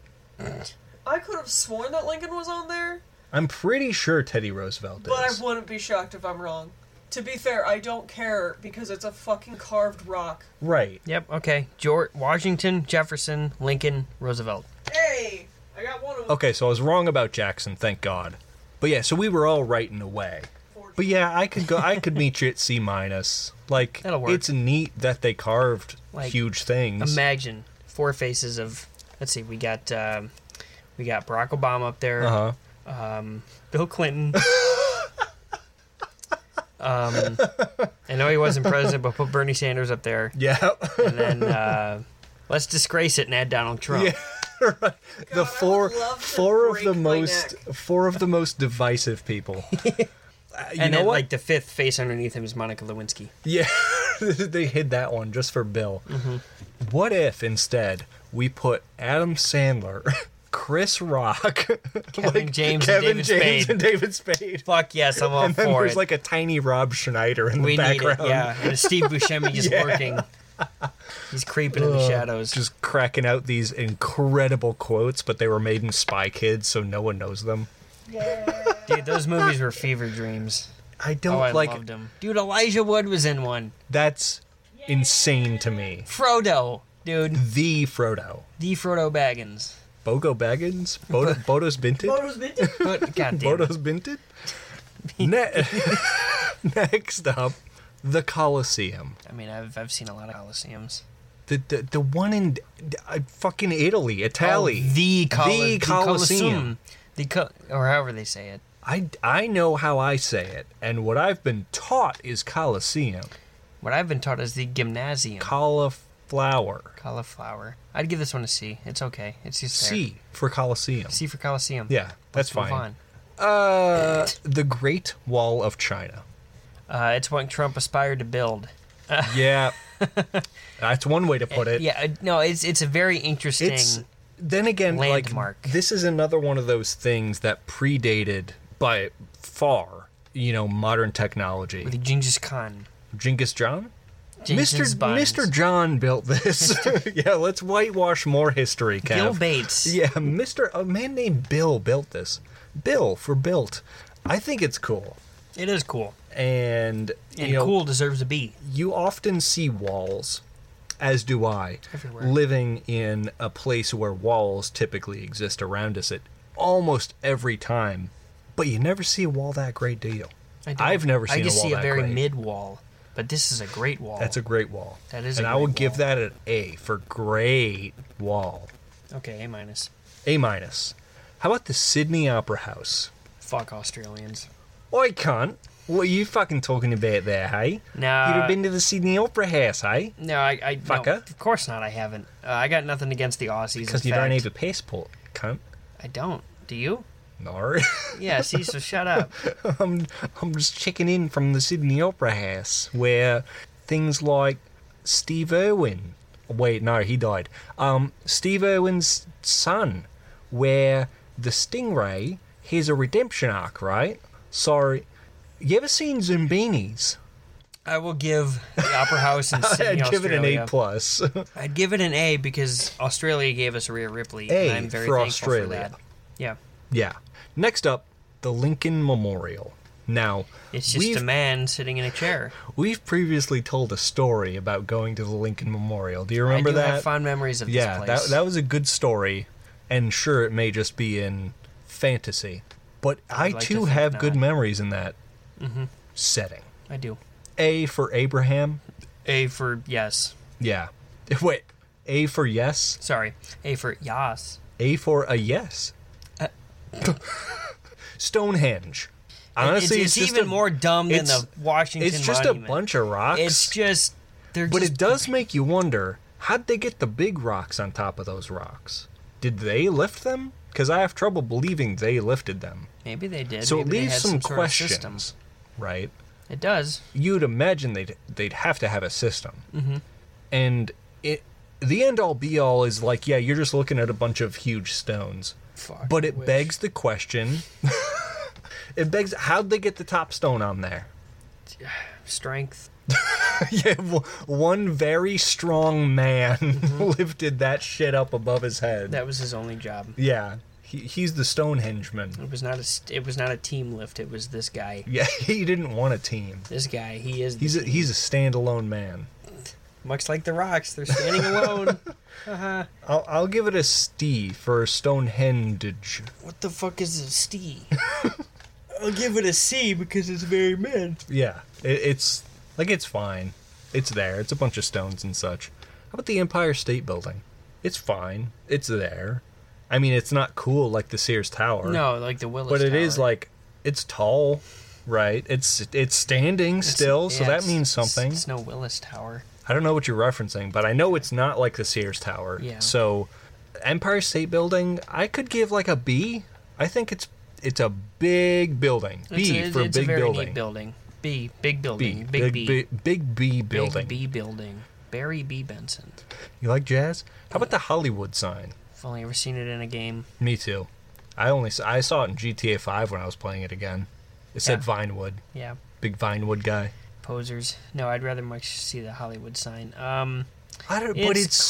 [SPEAKER 3] I could have sworn that Lincoln was on there,
[SPEAKER 1] I'm pretty sure Teddy Roosevelt
[SPEAKER 3] but
[SPEAKER 1] is.
[SPEAKER 3] I wouldn't be shocked if I'm wrong. To be fair, I don't care because it's a fucking carved rock.
[SPEAKER 1] right.
[SPEAKER 2] Yep. Okay. George Washington, Jefferson, Lincoln, Roosevelt.
[SPEAKER 3] Hey, I got one of them.
[SPEAKER 1] Okay, so I was wrong about Jackson. Thank God. But yeah, so we were all right in a way. But yeah, I could go. I could meet you at C minus. Like
[SPEAKER 2] That'll work.
[SPEAKER 1] it's neat that they carved
[SPEAKER 2] Like,
[SPEAKER 1] huge things.
[SPEAKER 2] Imagine four faces of. Let's see. We got uh,
[SPEAKER 1] Uh-huh.
[SPEAKER 3] Uh-huh.
[SPEAKER 2] um, we got Barack Obama up there.
[SPEAKER 1] uh huh.
[SPEAKER 2] Um, Bill Clinton. Um, I know he wasn't president, but put Bernie Sanders up there,
[SPEAKER 1] Yeah.
[SPEAKER 2] and then uh, let's disgrace it and add Donald Trump.
[SPEAKER 1] Yeah. the
[SPEAKER 3] would
[SPEAKER 1] four
[SPEAKER 3] love to
[SPEAKER 1] four of
[SPEAKER 3] break
[SPEAKER 1] the
[SPEAKER 3] my
[SPEAKER 1] most four of the most divisive people. Uh, you
[SPEAKER 2] and
[SPEAKER 1] know
[SPEAKER 2] then
[SPEAKER 1] what?
[SPEAKER 2] like the fifth face underneath him is Monica Lewinsky.
[SPEAKER 1] yeah, they hid that one just for Bill.
[SPEAKER 2] Mm-hmm.
[SPEAKER 1] What if instead we put Adam Sandler, Chris Rock,
[SPEAKER 2] Kevin James and
[SPEAKER 1] Kevin
[SPEAKER 2] David
[SPEAKER 1] James
[SPEAKER 2] Spade.
[SPEAKER 1] and David Spade,
[SPEAKER 2] Fuck yes, I'm all
[SPEAKER 1] and then
[SPEAKER 2] for
[SPEAKER 1] there's
[SPEAKER 2] it.
[SPEAKER 1] like a tiny Rob Schneider in the
[SPEAKER 2] we need it.
[SPEAKER 1] background.
[SPEAKER 2] Yeah, and Steve Buscemi just
[SPEAKER 1] Yeah.
[SPEAKER 2] working. He's creeping in the
[SPEAKER 1] Uh,
[SPEAKER 2] shadows.
[SPEAKER 1] Just cracking out these incredible quotes, but they were made in Spy Kids, so no one knows them.
[SPEAKER 2] Dude, those movies were fever dreams.
[SPEAKER 1] I don't
[SPEAKER 2] Oh, I
[SPEAKER 1] like
[SPEAKER 2] loved them. Dude, Elijah Wood was in one.
[SPEAKER 1] that's insane to me.
[SPEAKER 2] Frodo, dude,
[SPEAKER 1] The Frodo.
[SPEAKER 2] the Frodo Baggins.
[SPEAKER 1] Bogo Baggins? Bodo, Bodo's Binted?
[SPEAKER 3] Photos been
[SPEAKER 2] But God damn it.
[SPEAKER 1] Bodo's Binted? Ne- Next up, the Colosseum.
[SPEAKER 2] I mean, I've, I've seen a lot of Colosseums.
[SPEAKER 1] The, the, the one in uh, fucking Italy, Italy.
[SPEAKER 2] Oh, the, Col-
[SPEAKER 1] the Colosseum.
[SPEAKER 2] The Col- or however they say it.
[SPEAKER 1] I, I know how I say it, and what I've been taught is Colosseum.
[SPEAKER 2] What I've been taught is the Gymnasium.
[SPEAKER 1] Cauliflower.
[SPEAKER 2] Cauliflower. I'd give this one a C. It's okay. It's just there.
[SPEAKER 1] C for Colosseum.
[SPEAKER 2] C for Colosseum.
[SPEAKER 1] Yeah, that's
[SPEAKER 2] Let's move
[SPEAKER 1] fine. Uh, the Great Wall of China.
[SPEAKER 2] on. Uh, it's what Trump aspired to build.
[SPEAKER 1] Yeah. That's one way to put it.
[SPEAKER 2] yeah, uh, no, it's it's a very interesting.
[SPEAKER 1] It's then again
[SPEAKER 2] landmark.
[SPEAKER 1] like this is another one of those things that predated by far, you know, modern technology.
[SPEAKER 2] with Genghis Khan.
[SPEAKER 1] Genghis John?
[SPEAKER 2] Genghis
[SPEAKER 1] Mr.
[SPEAKER 2] Buns.
[SPEAKER 1] Mr. John built this. yeah, let's whitewash more history, Kev.
[SPEAKER 2] Bill Bates.
[SPEAKER 1] Yeah, Mr. A man named Bill built this. Bill for built. I think it's cool.
[SPEAKER 2] It is cool.
[SPEAKER 1] And,
[SPEAKER 2] And
[SPEAKER 1] you know,
[SPEAKER 2] cool deserves a B.
[SPEAKER 1] you often see walls, as do I,
[SPEAKER 2] Everywhere.
[SPEAKER 1] living in a place where walls typically exist around us at almost every time, but you never see a wall that great, do you?
[SPEAKER 2] I don't-
[SPEAKER 1] I've never seen
[SPEAKER 2] I just
[SPEAKER 1] a wall
[SPEAKER 2] see a
[SPEAKER 1] that
[SPEAKER 2] very
[SPEAKER 1] great.
[SPEAKER 2] mid wall, but this is a great wall.
[SPEAKER 1] That's a great wall.
[SPEAKER 2] That is a
[SPEAKER 1] and I
[SPEAKER 2] great
[SPEAKER 1] would give
[SPEAKER 2] wall.
[SPEAKER 1] that an A for great wall.
[SPEAKER 2] okay A minus.
[SPEAKER 1] A minus. How about the Sydney Opera House?
[SPEAKER 2] Fuck Australians.
[SPEAKER 1] Oi, cunt. What are you fucking talking about there, hey?
[SPEAKER 2] Nah.
[SPEAKER 1] You've been to the Sydney Opera House, hey?
[SPEAKER 2] No, I, I no,
[SPEAKER 1] Fucker.
[SPEAKER 2] of course not. I haven't. Uh, I got nothing against the Aussies. in
[SPEAKER 1] Because you don't
[SPEAKER 2] fact.
[SPEAKER 1] have a passport, cunt.
[SPEAKER 2] I don't. Do you?
[SPEAKER 1] No.
[SPEAKER 2] Yeah. See, so shut up.
[SPEAKER 1] I'm I'm just checking in from the Sydney Opera House where things like Steve Irwin. Wait, no, he died. Um, Steve Irwin's son, where the Stingray has a redemption arc, right? Sorry, you ever seen Zumbinis?
[SPEAKER 2] I will give the Opera House in Sydney,
[SPEAKER 1] I'd give it an
[SPEAKER 2] Australia.
[SPEAKER 1] A plus.
[SPEAKER 2] I'd give it an A because Australia gave us Rhea Ripley.
[SPEAKER 1] A
[SPEAKER 2] and I'm very
[SPEAKER 1] for
[SPEAKER 2] thankful
[SPEAKER 1] Australia.
[SPEAKER 2] For that. Yeah.
[SPEAKER 1] yeah. Next up, the Lincoln Memorial. Now,
[SPEAKER 2] It's just
[SPEAKER 1] we've
[SPEAKER 2] a man sitting in a chair.
[SPEAKER 1] we've previously told a story about going to the Lincoln Memorial. Do you remember
[SPEAKER 2] I do
[SPEAKER 1] that?
[SPEAKER 2] have fond memories of
[SPEAKER 1] Yeah,
[SPEAKER 2] this place.
[SPEAKER 1] that that was a good story, and sure, it may just be in fantasy, but I
[SPEAKER 2] like to
[SPEAKER 1] too
[SPEAKER 2] think
[SPEAKER 1] have
[SPEAKER 2] not. Mm-hmm.
[SPEAKER 1] good memories in that setting.
[SPEAKER 2] I do.
[SPEAKER 1] A for Abraham.
[SPEAKER 2] A for yes.
[SPEAKER 1] Yeah. Wait. A for yes.
[SPEAKER 2] Sorry. A for yas.
[SPEAKER 1] A for a yes.
[SPEAKER 2] Uh. Stonehenge.
[SPEAKER 1] Stonehenge. Honestly,
[SPEAKER 2] it's,
[SPEAKER 1] it's, just
[SPEAKER 2] even
[SPEAKER 1] a-
[SPEAKER 2] more dumb than
[SPEAKER 1] it's-
[SPEAKER 2] the Washington.
[SPEAKER 1] It's just
[SPEAKER 2] Monument.
[SPEAKER 1] a bunch of rocks.
[SPEAKER 2] It's just. They're
[SPEAKER 1] But
[SPEAKER 2] just,
[SPEAKER 1] it does make you wonder how'd they get the big rocks on top of those rocks? Did they lift them? Because I have trouble believing they lifted them.
[SPEAKER 2] Maybe they did.
[SPEAKER 1] So
[SPEAKER 2] Maybe
[SPEAKER 1] it
[SPEAKER 2] they
[SPEAKER 1] leaves
[SPEAKER 2] had
[SPEAKER 1] some,
[SPEAKER 2] sort of
[SPEAKER 1] questions,
[SPEAKER 2] system.
[SPEAKER 1] right?
[SPEAKER 2] It does.
[SPEAKER 1] You'd imagine they'd they'd have to have a system,
[SPEAKER 2] Mm-hmm.
[SPEAKER 1] and it the end all be all is like, yeah, you're just looking at a bunch of huge stones,
[SPEAKER 2] Fuck,
[SPEAKER 1] but
[SPEAKER 2] I
[SPEAKER 1] it
[SPEAKER 2] wish.
[SPEAKER 1] begs the question. it begs, how'd they get the top stone on there?
[SPEAKER 2] Strength.
[SPEAKER 1] Yeah, w- one very strong man lifted that shit up above his head.
[SPEAKER 2] That was his only job.
[SPEAKER 1] yeah, he, he's the Stonehenge man.
[SPEAKER 2] It was not a. st- It was not a team lift. It was this guy.
[SPEAKER 1] Yeah, he didn't want a team.
[SPEAKER 2] This guy. He is. the
[SPEAKER 1] He's a,
[SPEAKER 2] team.
[SPEAKER 1] he's a standalone man.
[SPEAKER 2] much like the rocks. They're standing alone.
[SPEAKER 1] I'll, I'll give it a Steve for Stonehenge.
[SPEAKER 2] what the fuck is a Steve? I'll give it a C because it's very mid.
[SPEAKER 1] Yeah, it, it's like it's fine. It's there. It's a bunch of stones and such. How about the Empire State Building? It's fine. It's there. I mean, it's not cool like the Sears Tower.
[SPEAKER 2] No, like the Willis.
[SPEAKER 1] but it is
[SPEAKER 2] Tower.
[SPEAKER 1] like it's tall. right? It's it's standing still, so
[SPEAKER 2] yeah,
[SPEAKER 1] that
[SPEAKER 2] it's-
[SPEAKER 1] means something.
[SPEAKER 2] It's no Willis Tower.
[SPEAKER 1] I don't know what you're referencing, but I know it's not like the Sears Tower.
[SPEAKER 2] Yeah.
[SPEAKER 1] So, Empire State Building, I could give like a B. I think it's it's a big building. B
[SPEAKER 2] It's a,
[SPEAKER 1] for
[SPEAKER 2] it's
[SPEAKER 1] big
[SPEAKER 2] a very
[SPEAKER 1] building.
[SPEAKER 2] neat building. B, big
[SPEAKER 1] B,
[SPEAKER 2] building.
[SPEAKER 1] big,
[SPEAKER 2] Big B.
[SPEAKER 1] B, big B building.
[SPEAKER 2] Big B building. Barry B. Benson.
[SPEAKER 1] You like jazz? How about the Hollywood sign?
[SPEAKER 2] I've only ever seen it in a game.
[SPEAKER 1] Me too. I only s- I saw it in GTA 5 when I was playing it again. It said
[SPEAKER 2] Yeah.
[SPEAKER 1] Vinewood.
[SPEAKER 2] Yeah,
[SPEAKER 1] Big Vinewood guy.
[SPEAKER 2] posers. No, I'd rather much see the Hollywood sign. Um,
[SPEAKER 1] I don't, but
[SPEAKER 2] It's
[SPEAKER 1] it's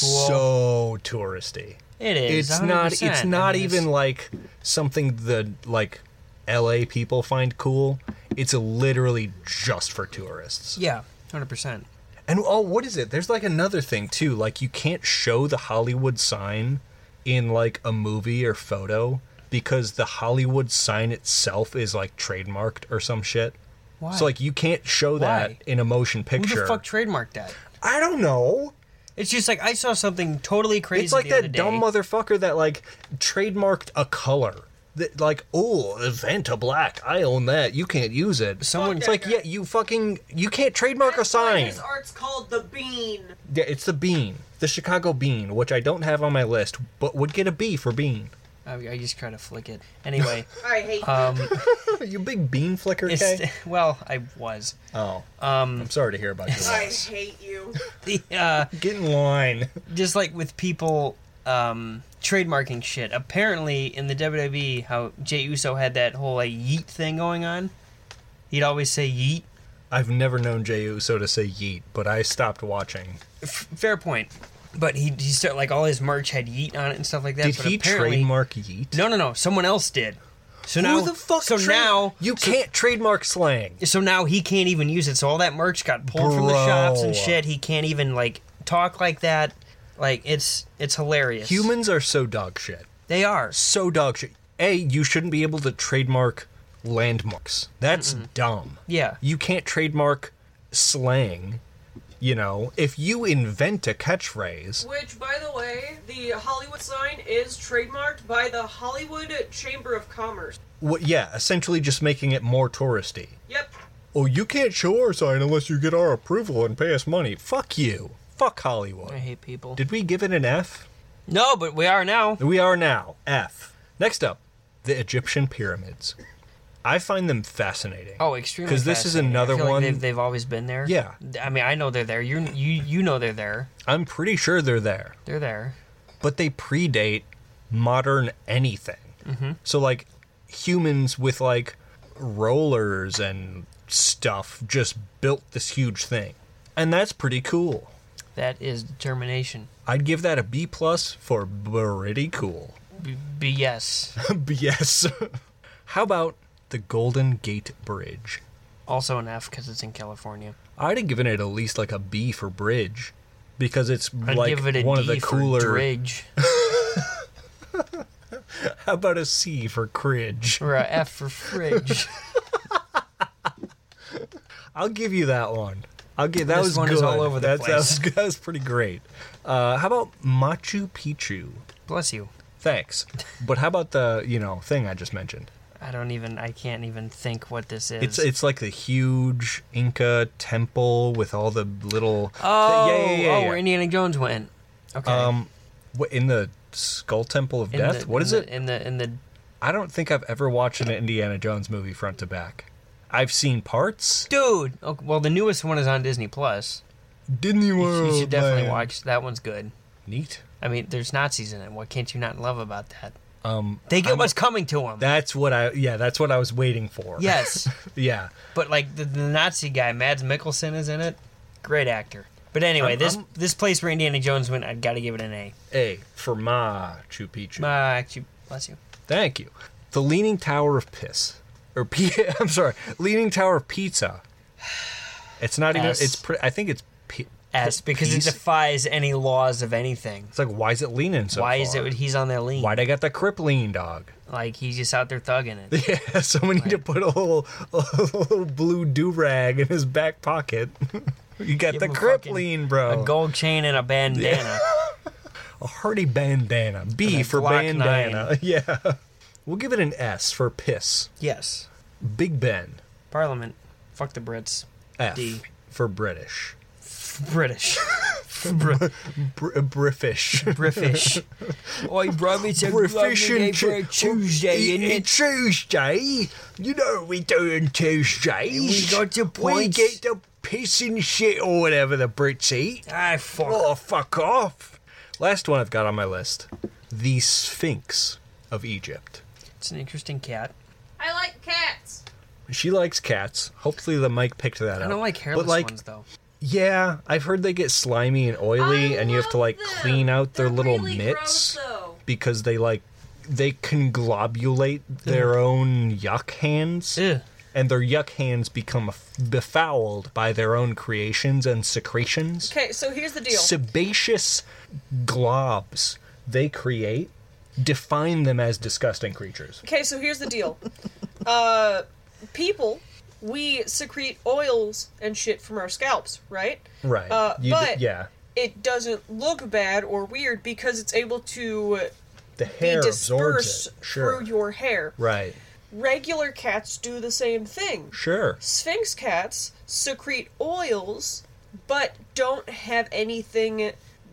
[SPEAKER 1] so
[SPEAKER 2] cool.
[SPEAKER 1] touristy.
[SPEAKER 2] it is.
[SPEAKER 1] It's not.
[SPEAKER 2] 100%.
[SPEAKER 1] It's
[SPEAKER 2] I
[SPEAKER 1] not
[SPEAKER 2] mean, it's-
[SPEAKER 1] even like something the like L.A. people find cool. It's literally just for tourists.
[SPEAKER 2] yeah, hundred percent.
[SPEAKER 1] And oh, what is it? There's like another thing too. Like you can't show the Hollywood sign in like a movie or photo because the Hollywood sign itself is like trademarked or some shit.
[SPEAKER 2] Why?
[SPEAKER 1] So like you can't show that
[SPEAKER 2] Why?
[SPEAKER 1] in a motion
[SPEAKER 2] who
[SPEAKER 1] picture.
[SPEAKER 2] the fuck trademarked that?
[SPEAKER 1] I don't know.
[SPEAKER 2] It's just like I saw something totally crazy.
[SPEAKER 1] It's like
[SPEAKER 2] the other
[SPEAKER 1] that
[SPEAKER 2] day.
[SPEAKER 1] dumb motherfucker that like trademarked a color. That like, oh, Vanta Black, I own that. You can't use it.
[SPEAKER 2] Someone-
[SPEAKER 1] it's like, yeah, you fucking, you can't trademark a
[SPEAKER 3] That's why
[SPEAKER 1] sign.
[SPEAKER 3] His art's called the bean.
[SPEAKER 1] Yeah, it's the bean, the Chicago bean, which I don't have on my list, but would get a B for bean.
[SPEAKER 2] I, I just try to flick it. Anyway,
[SPEAKER 3] I hate
[SPEAKER 1] Uh,
[SPEAKER 2] um,
[SPEAKER 1] you big bean flicker,
[SPEAKER 2] it's
[SPEAKER 1] okay?
[SPEAKER 2] well, I was.
[SPEAKER 1] Oh, um, I'm sorry to hear about your
[SPEAKER 3] you. I
[SPEAKER 1] loss.
[SPEAKER 3] hate you.
[SPEAKER 2] The uh,
[SPEAKER 1] Get in line.
[SPEAKER 2] just like with people um, trademarking shit. Apparently, in the WWE, how Jey Uso had that whole like yeet thing going on. He'd always say yeet.
[SPEAKER 1] I've never known Jey Uso to say yeet, but I stopped watching.
[SPEAKER 2] F- fair point. But he he start like all his merch had yeet on it and stuff like that.
[SPEAKER 1] Did
[SPEAKER 2] but
[SPEAKER 1] he
[SPEAKER 2] apparently,
[SPEAKER 1] trademark yeet?
[SPEAKER 2] No, no, no. Someone else did. So now,
[SPEAKER 1] Who the fuck?
[SPEAKER 2] So
[SPEAKER 1] trade-
[SPEAKER 2] now
[SPEAKER 1] you can't trademark slang.
[SPEAKER 2] so now he can't even use it. So all that merch got pulled from the
[SPEAKER 1] Bro.
[SPEAKER 2] shops and shit. He can't even like talk like that. Like it's it's hilarious.
[SPEAKER 1] Humans are so dog shit.
[SPEAKER 2] They are.
[SPEAKER 1] So dog shit. A, you shouldn't be able to trademark landmarks. That's dumb.
[SPEAKER 2] Yeah.
[SPEAKER 1] You can't trademark slang. You know, if you invent a catchphrase,
[SPEAKER 3] Which, by the way, the Hollywood sign is trademarked by the Hollywood Chamber of Commerce.
[SPEAKER 1] wha- yeah, essentially just making it more touristy.
[SPEAKER 3] Yep.
[SPEAKER 1] Oh, you can't show our sign unless you get our approval and pay us money. Fuck you. Fuck Hollywood.
[SPEAKER 2] I hate people.
[SPEAKER 1] Did we give it an F?
[SPEAKER 2] No, but we are now.
[SPEAKER 1] We are now F. Next up, the Egyptian pyramids. I find them fascinating.
[SPEAKER 2] Oh, extremely.
[SPEAKER 1] Because this is
[SPEAKER 2] fascinating. I
[SPEAKER 1] another
[SPEAKER 2] feel like
[SPEAKER 1] one.
[SPEAKER 2] they've, they've always been there.
[SPEAKER 1] Yeah.
[SPEAKER 2] I mean, I know they're there. You you you know they're there.
[SPEAKER 1] I'm pretty sure they're there,
[SPEAKER 2] They're there.
[SPEAKER 1] but they predate modern anything.
[SPEAKER 2] Mm-hmm.
[SPEAKER 1] So like humans with like rollers and stuff just built this huge thing, and that's pretty cool.
[SPEAKER 2] That is determination.
[SPEAKER 1] I'd give that a B plus for pretty cool.
[SPEAKER 2] B- BS.
[SPEAKER 1] yes. How about the Golden Gate Bridge?
[SPEAKER 2] also an F because it's in California.
[SPEAKER 1] I'd have given it at least like a B for bridge because it's
[SPEAKER 2] I'd
[SPEAKER 1] like
[SPEAKER 2] give it a
[SPEAKER 1] one of
[SPEAKER 2] D
[SPEAKER 1] the
[SPEAKER 2] for
[SPEAKER 1] cooler.
[SPEAKER 2] dridge,
[SPEAKER 1] How about a C for cridge?
[SPEAKER 2] or a F for fridge.
[SPEAKER 1] I'll give you that one. I'll give that
[SPEAKER 2] This
[SPEAKER 1] was
[SPEAKER 2] one
[SPEAKER 1] good.
[SPEAKER 2] is all over the
[SPEAKER 1] That's- that
[SPEAKER 2] place.
[SPEAKER 1] was- That was, pretty great. Uh, how about Machu Picchu?
[SPEAKER 2] Bless you.
[SPEAKER 1] Thanks, but how about the you know thing I just mentioned?
[SPEAKER 2] I don't even. I can't even think what this is.
[SPEAKER 1] It's it's like the huge Inca temple with all the little
[SPEAKER 2] oh,
[SPEAKER 1] yeah, yeah, yeah,
[SPEAKER 2] oh,
[SPEAKER 1] yeah.
[SPEAKER 2] where Indiana Jones went. Okay.
[SPEAKER 1] um what- in the Skull Temple of
[SPEAKER 2] In
[SPEAKER 1] Death.
[SPEAKER 2] the-
[SPEAKER 1] what
[SPEAKER 2] in
[SPEAKER 1] is
[SPEAKER 2] the-
[SPEAKER 1] it?
[SPEAKER 2] in the in the?
[SPEAKER 1] I don't think I've ever watched an Indiana Jones movie front to back. I've seen parts.
[SPEAKER 2] Dude. Oh, well, the newest one is on Disney Plus.
[SPEAKER 1] Disney
[SPEAKER 2] You should definitely
[SPEAKER 1] man.
[SPEAKER 2] watch. That one's good.
[SPEAKER 1] Neat.
[SPEAKER 2] I mean, there's Nazis in it. What can't you not love about that?
[SPEAKER 1] Um,
[SPEAKER 2] They get
[SPEAKER 1] I'm-
[SPEAKER 2] what's coming to them.
[SPEAKER 1] That's what I. Yeah, that's what I was waiting for.
[SPEAKER 2] yes,
[SPEAKER 1] yeah.
[SPEAKER 2] but like the, the Nazi guy, Mads Mikkelsen is in it. Great actor. But anyway,
[SPEAKER 1] I'm-
[SPEAKER 2] this
[SPEAKER 1] I'm-
[SPEAKER 2] this place where Indiana Jones went, I'd got to give it an A.
[SPEAKER 1] A for Machu Picchu.
[SPEAKER 2] Uh, actually, bless you.
[SPEAKER 1] Thank you. The Leaning Tower of Piss, or P. I'm sorry, Leaning Tower of Pizza. It's not even.
[SPEAKER 2] S.
[SPEAKER 1] It's. Pre, I think it's. P,
[SPEAKER 2] S because it
[SPEAKER 1] piece.
[SPEAKER 2] defies any laws of anything.
[SPEAKER 1] It's like why is it leaning so?
[SPEAKER 2] Why is
[SPEAKER 1] far?
[SPEAKER 2] it he's on their lean?
[SPEAKER 1] Why'd I got the crip lean dog?
[SPEAKER 2] Like he's just out there thugging it.
[SPEAKER 1] Yeah, someone need to put a little, a little blue do rag in his back pocket. you got
[SPEAKER 2] Give
[SPEAKER 1] the
[SPEAKER 2] him a
[SPEAKER 1] crip
[SPEAKER 2] fucking-
[SPEAKER 1] lean, bro.
[SPEAKER 2] A gold chain and a bandana.
[SPEAKER 1] a hearty bandana. B
[SPEAKER 2] And a
[SPEAKER 1] for
[SPEAKER 2] Glock
[SPEAKER 1] bandana. Yeah. We'll give it an S for piss.
[SPEAKER 2] yes.
[SPEAKER 1] Big Ben.
[SPEAKER 2] Parliament. Fuck the Brits.
[SPEAKER 1] F
[SPEAKER 2] D.
[SPEAKER 1] for British.
[SPEAKER 2] British. Br-
[SPEAKER 1] Br- uh, British.
[SPEAKER 2] British. Oi, bro, it's a
[SPEAKER 1] British
[SPEAKER 2] lovely day
[SPEAKER 1] and
[SPEAKER 2] for a
[SPEAKER 1] Tu-
[SPEAKER 2] Tuesday,
[SPEAKER 1] it-
[SPEAKER 2] isn't
[SPEAKER 1] it's Tuesday. You know what we do on Tuesdays.
[SPEAKER 2] We got the
[SPEAKER 1] We
[SPEAKER 2] points.
[SPEAKER 1] get the piss and shit or whatever the Brits eat.
[SPEAKER 2] Ah, fuck.
[SPEAKER 1] Oh, fuck off. Last one I've got on my list the Sphinx of Egypt.
[SPEAKER 2] It's an interesting cat.
[SPEAKER 3] I like cats.
[SPEAKER 1] She likes cats. Hopefully, the mic picked that up.
[SPEAKER 2] I don't like hairless
[SPEAKER 1] but like,
[SPEAKER 2] ones though.
[SPEAKER 1] Yeah, I've heard they get slimy and oily,
[SPEAKER 3] I
[SPEAKER 1] and you have to
[SPEAKER 3] love
[SPEAKER 1] like
[SPEAKER 3] them.
[SPEAKER 1] clean out their
[SPEAKER 3] They're
[SPEAKER 1] little
[SPEAKER 3] really
[SPEAKER 1] mitts
[SPEAKER 3] gross, though.
[SPEAKER 1] because they like they conglobulate their own yuck hands,
[SPEAKER 2] Ugh.
[SPEAKER 1] and their yuck hands become befouled by their own creations and secretions.
[SPEAKER 3] Okay, so here's the deal.
[SPEAKER 1] Sebaceous globs they create define them as disgusting creatures.
[SPEAKER 3] Okay, so here's the deal. Uh, people, we secrete oils and shit from our scalps, right?
[SPEAKER 1] Right?
[SPEAKER 3] Uh,
[SPEAKER 1] You d-
[SPEAKER 3] but
[SPEAKER 1] yeah,
[SPEAKER 3] it doesn't look bad or weird because it's able to
[SPEAKER 1] the
[SPEAKER 3] be
[SPEAKER 1] hair absorbs
[SPEAKER 3] dispersed
[SPEAKER 1] it. Sure.
[SPEAKER 3] through your hair.
[SPEAKER 1] right.
[SPEAKER 3] Regular cats do the same thing.
[SPEAKER 1] Sure.
[SPEAKER 3] Sphinx cats secrete oils, but don't have anything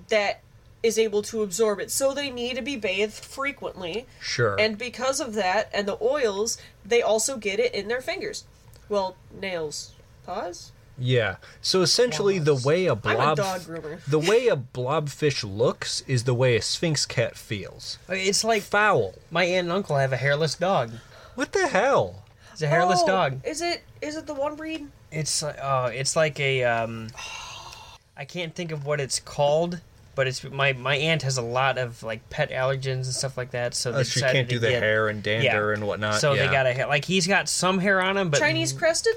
[SPEAKER 3] that is able to absorb it. So they need to be bathed frequently.
[SPEAKER 1] Sure.
[SPEAKER 3] And because of that and the oils, they also get it in their fingers. Well, nails. Paws?
[SPEAKER 1] Yeah. So essentially, the way a
[SPEAKER 3] I'm
[SPEAKER 1] blob,
[SPEAKER 3] a dog groomer.
[SPEAKER 1] the way a blobfish looks is the way a sphinx cat feels.
[SPEAKER 2] I mean, It's like
[SPEAKER 1] Foul.
[SPEAKER 2] my aunt and uncle have a hairless dog.
[SPEAKER 1] What the hell?
[SPEAKER 2] It's a hairless
[SPEAKER 3] Oh,
[SPEAKER 2] dog.
[SPEAKER 3] Is it is it the one breed?
[SPEAKER 2] It's like oh, it's like a um, I can't think of what it's called, but it's my my aunt has a lot of like pet allergens and stuff like that, so they
[SPEAKER 1] Oh, she
[SPEAKER 2] decided
[SPEAKER 1] can't
[SPEAKER 2] to
[SPEAKER 1] do the
[SPEAKER 2] get-
[SPEAKER 1] hair and dander and whatnot.
[SPEAKER 2] So
[SPEAKER 1] yeah.
[SPEAKER 2] they got a hair like he's got some hair on him, but
[SPEAKER 3] Chinese crested?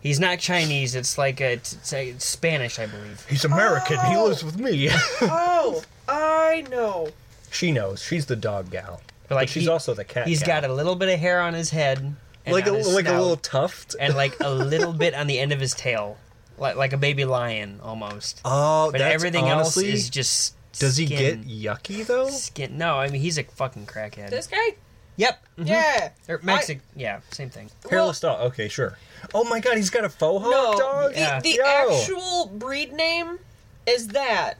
[SPEAKER 2] He's not Chinese. It's like a, it's, it's a- it's Spanish, I believe.
[SPEAKER 1] He's American. He
[SPEAKER 3] Oh.
[SPEAKER 1] lives with me.
[SPEAKER 3] Oh, I know.
[SPEAKER 1] she knows. She's the dog gal. But,
[SPEAKER 2] like,
[SPEAKER 1] she's
[SPEAKER 2] he-
[SPEAKER 1] also the cat.
[SPEAKER 2] He's got a little bit of hair on his head, and
[SPEAKER 1] like a
[SPEAKER 2] on his
[SPEAKER 1] like a
[SPEAKER 2] snout,
[SPEAKER 1] little tuft.
[SPEAKER 2] and like a little bit on the end of his tail, like like a baby lion almost.
[SPEAKER 1] oh,
[SPEAKER 2] but
[SPEAKER 1] that's
[SPEAKER 2] everything
[SPEAKER 1] honestly,
[SPEAKER 2] else is just.
[SPEAKER 1] Does he get
[SPEAKER 2] skin.
[SPEAKER 1] yucky though?
[SPEAKER 2] Skin. No, I mean he's a fucking crackhead.
[SPEAKER 3] This guy?
[SPEAKER 2] Yep. mhm.
[SPEAKER 3] Yeah.
[SPEAKER 2] Or Mexican. yeah, same thing.
[SPEAKER 1] Hairless dog. Okay, sure. Oh my god, he's got a faux hawk
[SPEAKER 3] No,
[SPEAKER 1] dog.
[SPEAKER 2] Yeah.
[SPEAKER 3] the, the
[SPEAKER 1] Yo.
[SPEAKER 3] actual breed name is that.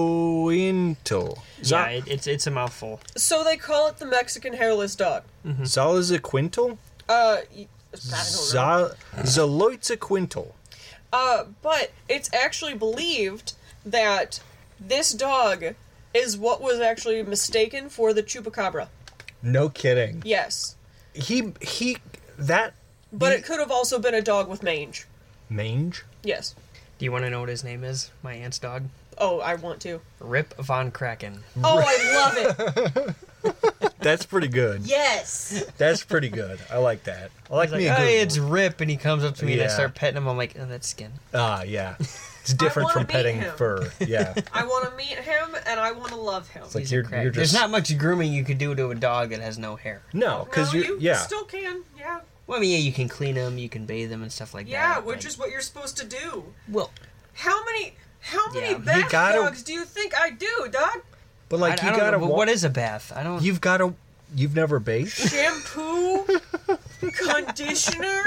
[SPEAKER 1] Zaloitzuncointel.
[SPEAKER 2] yeah, it, it's it's a mouthful.
[SPEAKER 3] So they call it the Mexican hairless dog.
[SPEAKER 1] Zaloitzunquintel?
[SPEAKER 3] Uh, y- I don't know.
[SPEAKER 1] Zaloitzunquintel.
[SPEAKER 3] Uh, but it's actually believed that this dog is what was actually mistaken for the chupacabra.
[SPEAKER 1] No kidding.
[SPEAKER 3] Yes,
[SPEAKER 1] He he that
[SPEAKER 3] but it could have also been a dog with mange.
[SPEAKER 1] mange.
[SPEAKER 3] Yes.
[SPEAKER 2] Do you want to know what his name is? My aunt's dog,
[SPEAKER 3] Oh, I want to.
[SPEAKER 2] Rip Von Kraken.
[SPEAKER 3] Oh, I love it.
[SPEAKER 1] That's pretty good.
[SPEAKER 3] Yes.
[SPEAKER 1] That's pretty good. I like that. I like
[SPEAKER 2] He's like,
[SPEAKER 1] me a good
[SPEAKER 2] hey, it's
[SPEAKER 1] one.
[SPEAKER 2] Rip, and he comes up to me and
[SPEAKER 1] Yeah.
[SPEAKER 2] I start petting him. I'm like, oh, that's skin.
[SPEAKER 1] ah yeah. It's different
[SPEAKER 3] wanna
[SPEAKER 1] from
[SPEAKER 3] meet
[SPEAKER 1] petting
[SPEAKER 3] him.
[SPEAKER 1] fur. Yeah.
[SPEAKER 3] I want to meet him and I want to love him.
[SPEAKER 1] like-
[SPEAKER 2] He's a
[SPEAKER 1] You're-
[SPEAKER 2] crack.
[SPEAKER 1] you're
[SPEAKER 2] There's
[SPEAKER 1] just-
[SPEAKER 2] not much grooming you could do to a dog that has no hair.
[SPEAKER 1] No, because
[SPEAKER 3] no,
[SPEAKER 1] you yeah.
[SPEAKER 3] still can. Yeah.
[SPEAKER 2] Well, I mean, yeah, you can clean them, you can bathe them and stuff like
[SPEAKER 3] Yeah,
[SPEAKER 2] that.
[SPEAKER 3] which
[SPEAKER 2] but-
[SPEAKER 3] is what you're supposed to do.
[SPEAKER 2] well,
[SPEAKER 3] How many how many
[SPEAKER 2] Yeah. You
[SPEAKER 3] bath
[SPEAKER 1] gotta-
[SPEAKER 3] dogs do you think I do, dog?
[SPEAKER 1] But
[SPEAKER 2] I,
[SPEAKER 1] like
[SPEAKER 2] I
[SPEAKER 1] you
[SPEAKER 2] don't
[SPEAKER 1] gotta
[SPEAKER 2] know,
[SPEAKER 1] wa-
[SPEAKER 2] but what is a bath? I don't.
[SPEAKER 1] you've gotta you've never bathed?
[SPEAKER 3] shampoo, conditioner.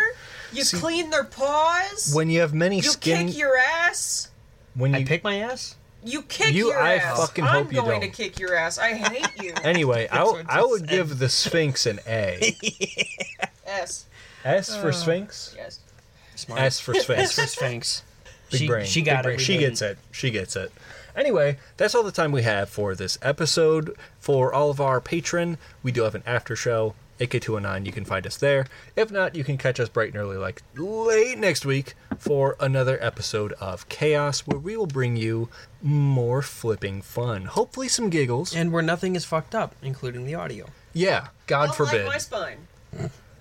[SPEAKER 3] You
[SPEAKER 1] See,
[SPEAKER 3] clean their paws.
[SPEAKER 1] When you have many
[SPEAKER 3] you
[SPEAKER 1] skin
[SPEAKER 3] kick your ass.
[SPEAKER 1] when you
[SPEAKER 2] I pick my ass.
[SPEAKER 3] You kick
[SPEAKER 1] You-
[SPEAKER 3] your
[SPEAKER 1] I
[SPEAKER 3] ass.
[SPEAKER 1] fucking
[SPEAKER 3] I'm
[SPEAKER 1] hope you
[SPEAKER 3] going
[SPEAKER 1] don't.
[SPEAKER 3] to kick your ass. I hate you.
[SPEAKER 1] Anyway, I,
[SPEAKER 2] what
[SPEAKER 1] I
[SPEAKER 2] you
[SPEAKER 1] would
[SPEAKER 2] said.
[SPEAKER 1] give the Sphinx an A.
[SPEAKER 3] yes,
[SPEAKER 1] S for Sphinx.
[SPEAKER 3] yes.
[SPEAKER 2] Smart.
[SPEAKER 1] S for
[SPEAKER 2] That's
[SPEAKER 1] Sphinx.
[SPEAKER 2] for Sphinx.
[SPEAKER 1] Big
[SPEAKER 2] she,
[SPEAKER 1] brain.
[SPEAKER 2] She got
[SPEAKER 1] Big brain.
[SPEAKER 2] it.
[SPEAKER 1] She gets it. She gets it. Anyway, that's all the time we have for this episode. For all of our patron, we do have an after show, AK209. You can find us there. If not, you can catch us bright and early, like late next week, for another episode of Chaos, where we will bring you more flipping fun. Hopefully, some giggles.
[SPEAKER 2] And where nothing is fucked up, including the audio.
[SPEAKER 1] Yeah, God
[SPEAKER 3] Unlike
[SPEAKER 1] forbid.
[SPEAKER 3] my spine.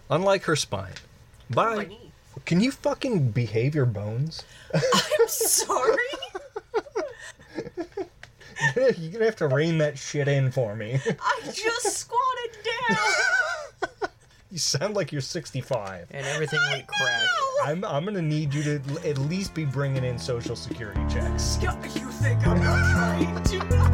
[SPEAKER 1] Unlike her spine.
[SPEAKER 3] Oh, my
[SPEAKER 1] Bye.
[SPEAKER 3] knee.
[SPEAKER 1] Can you fucking behave your bones?
[SPEAKER 3] I'm sorry.
[SPEAKER 1] You're gonna have to rein that shit in for me.
[SPEAKER 3] I just squatted down.
[SPEAKER 1] You sound like you're 65.
[SPEAKER 2] And everything went crack.
[SPEAKER 3] No.
[SPEAKER 1] I'm, I'm gonna need you to l- at least be bringing in social security checks.
[SPEAKER 3] You think I'm not trying to?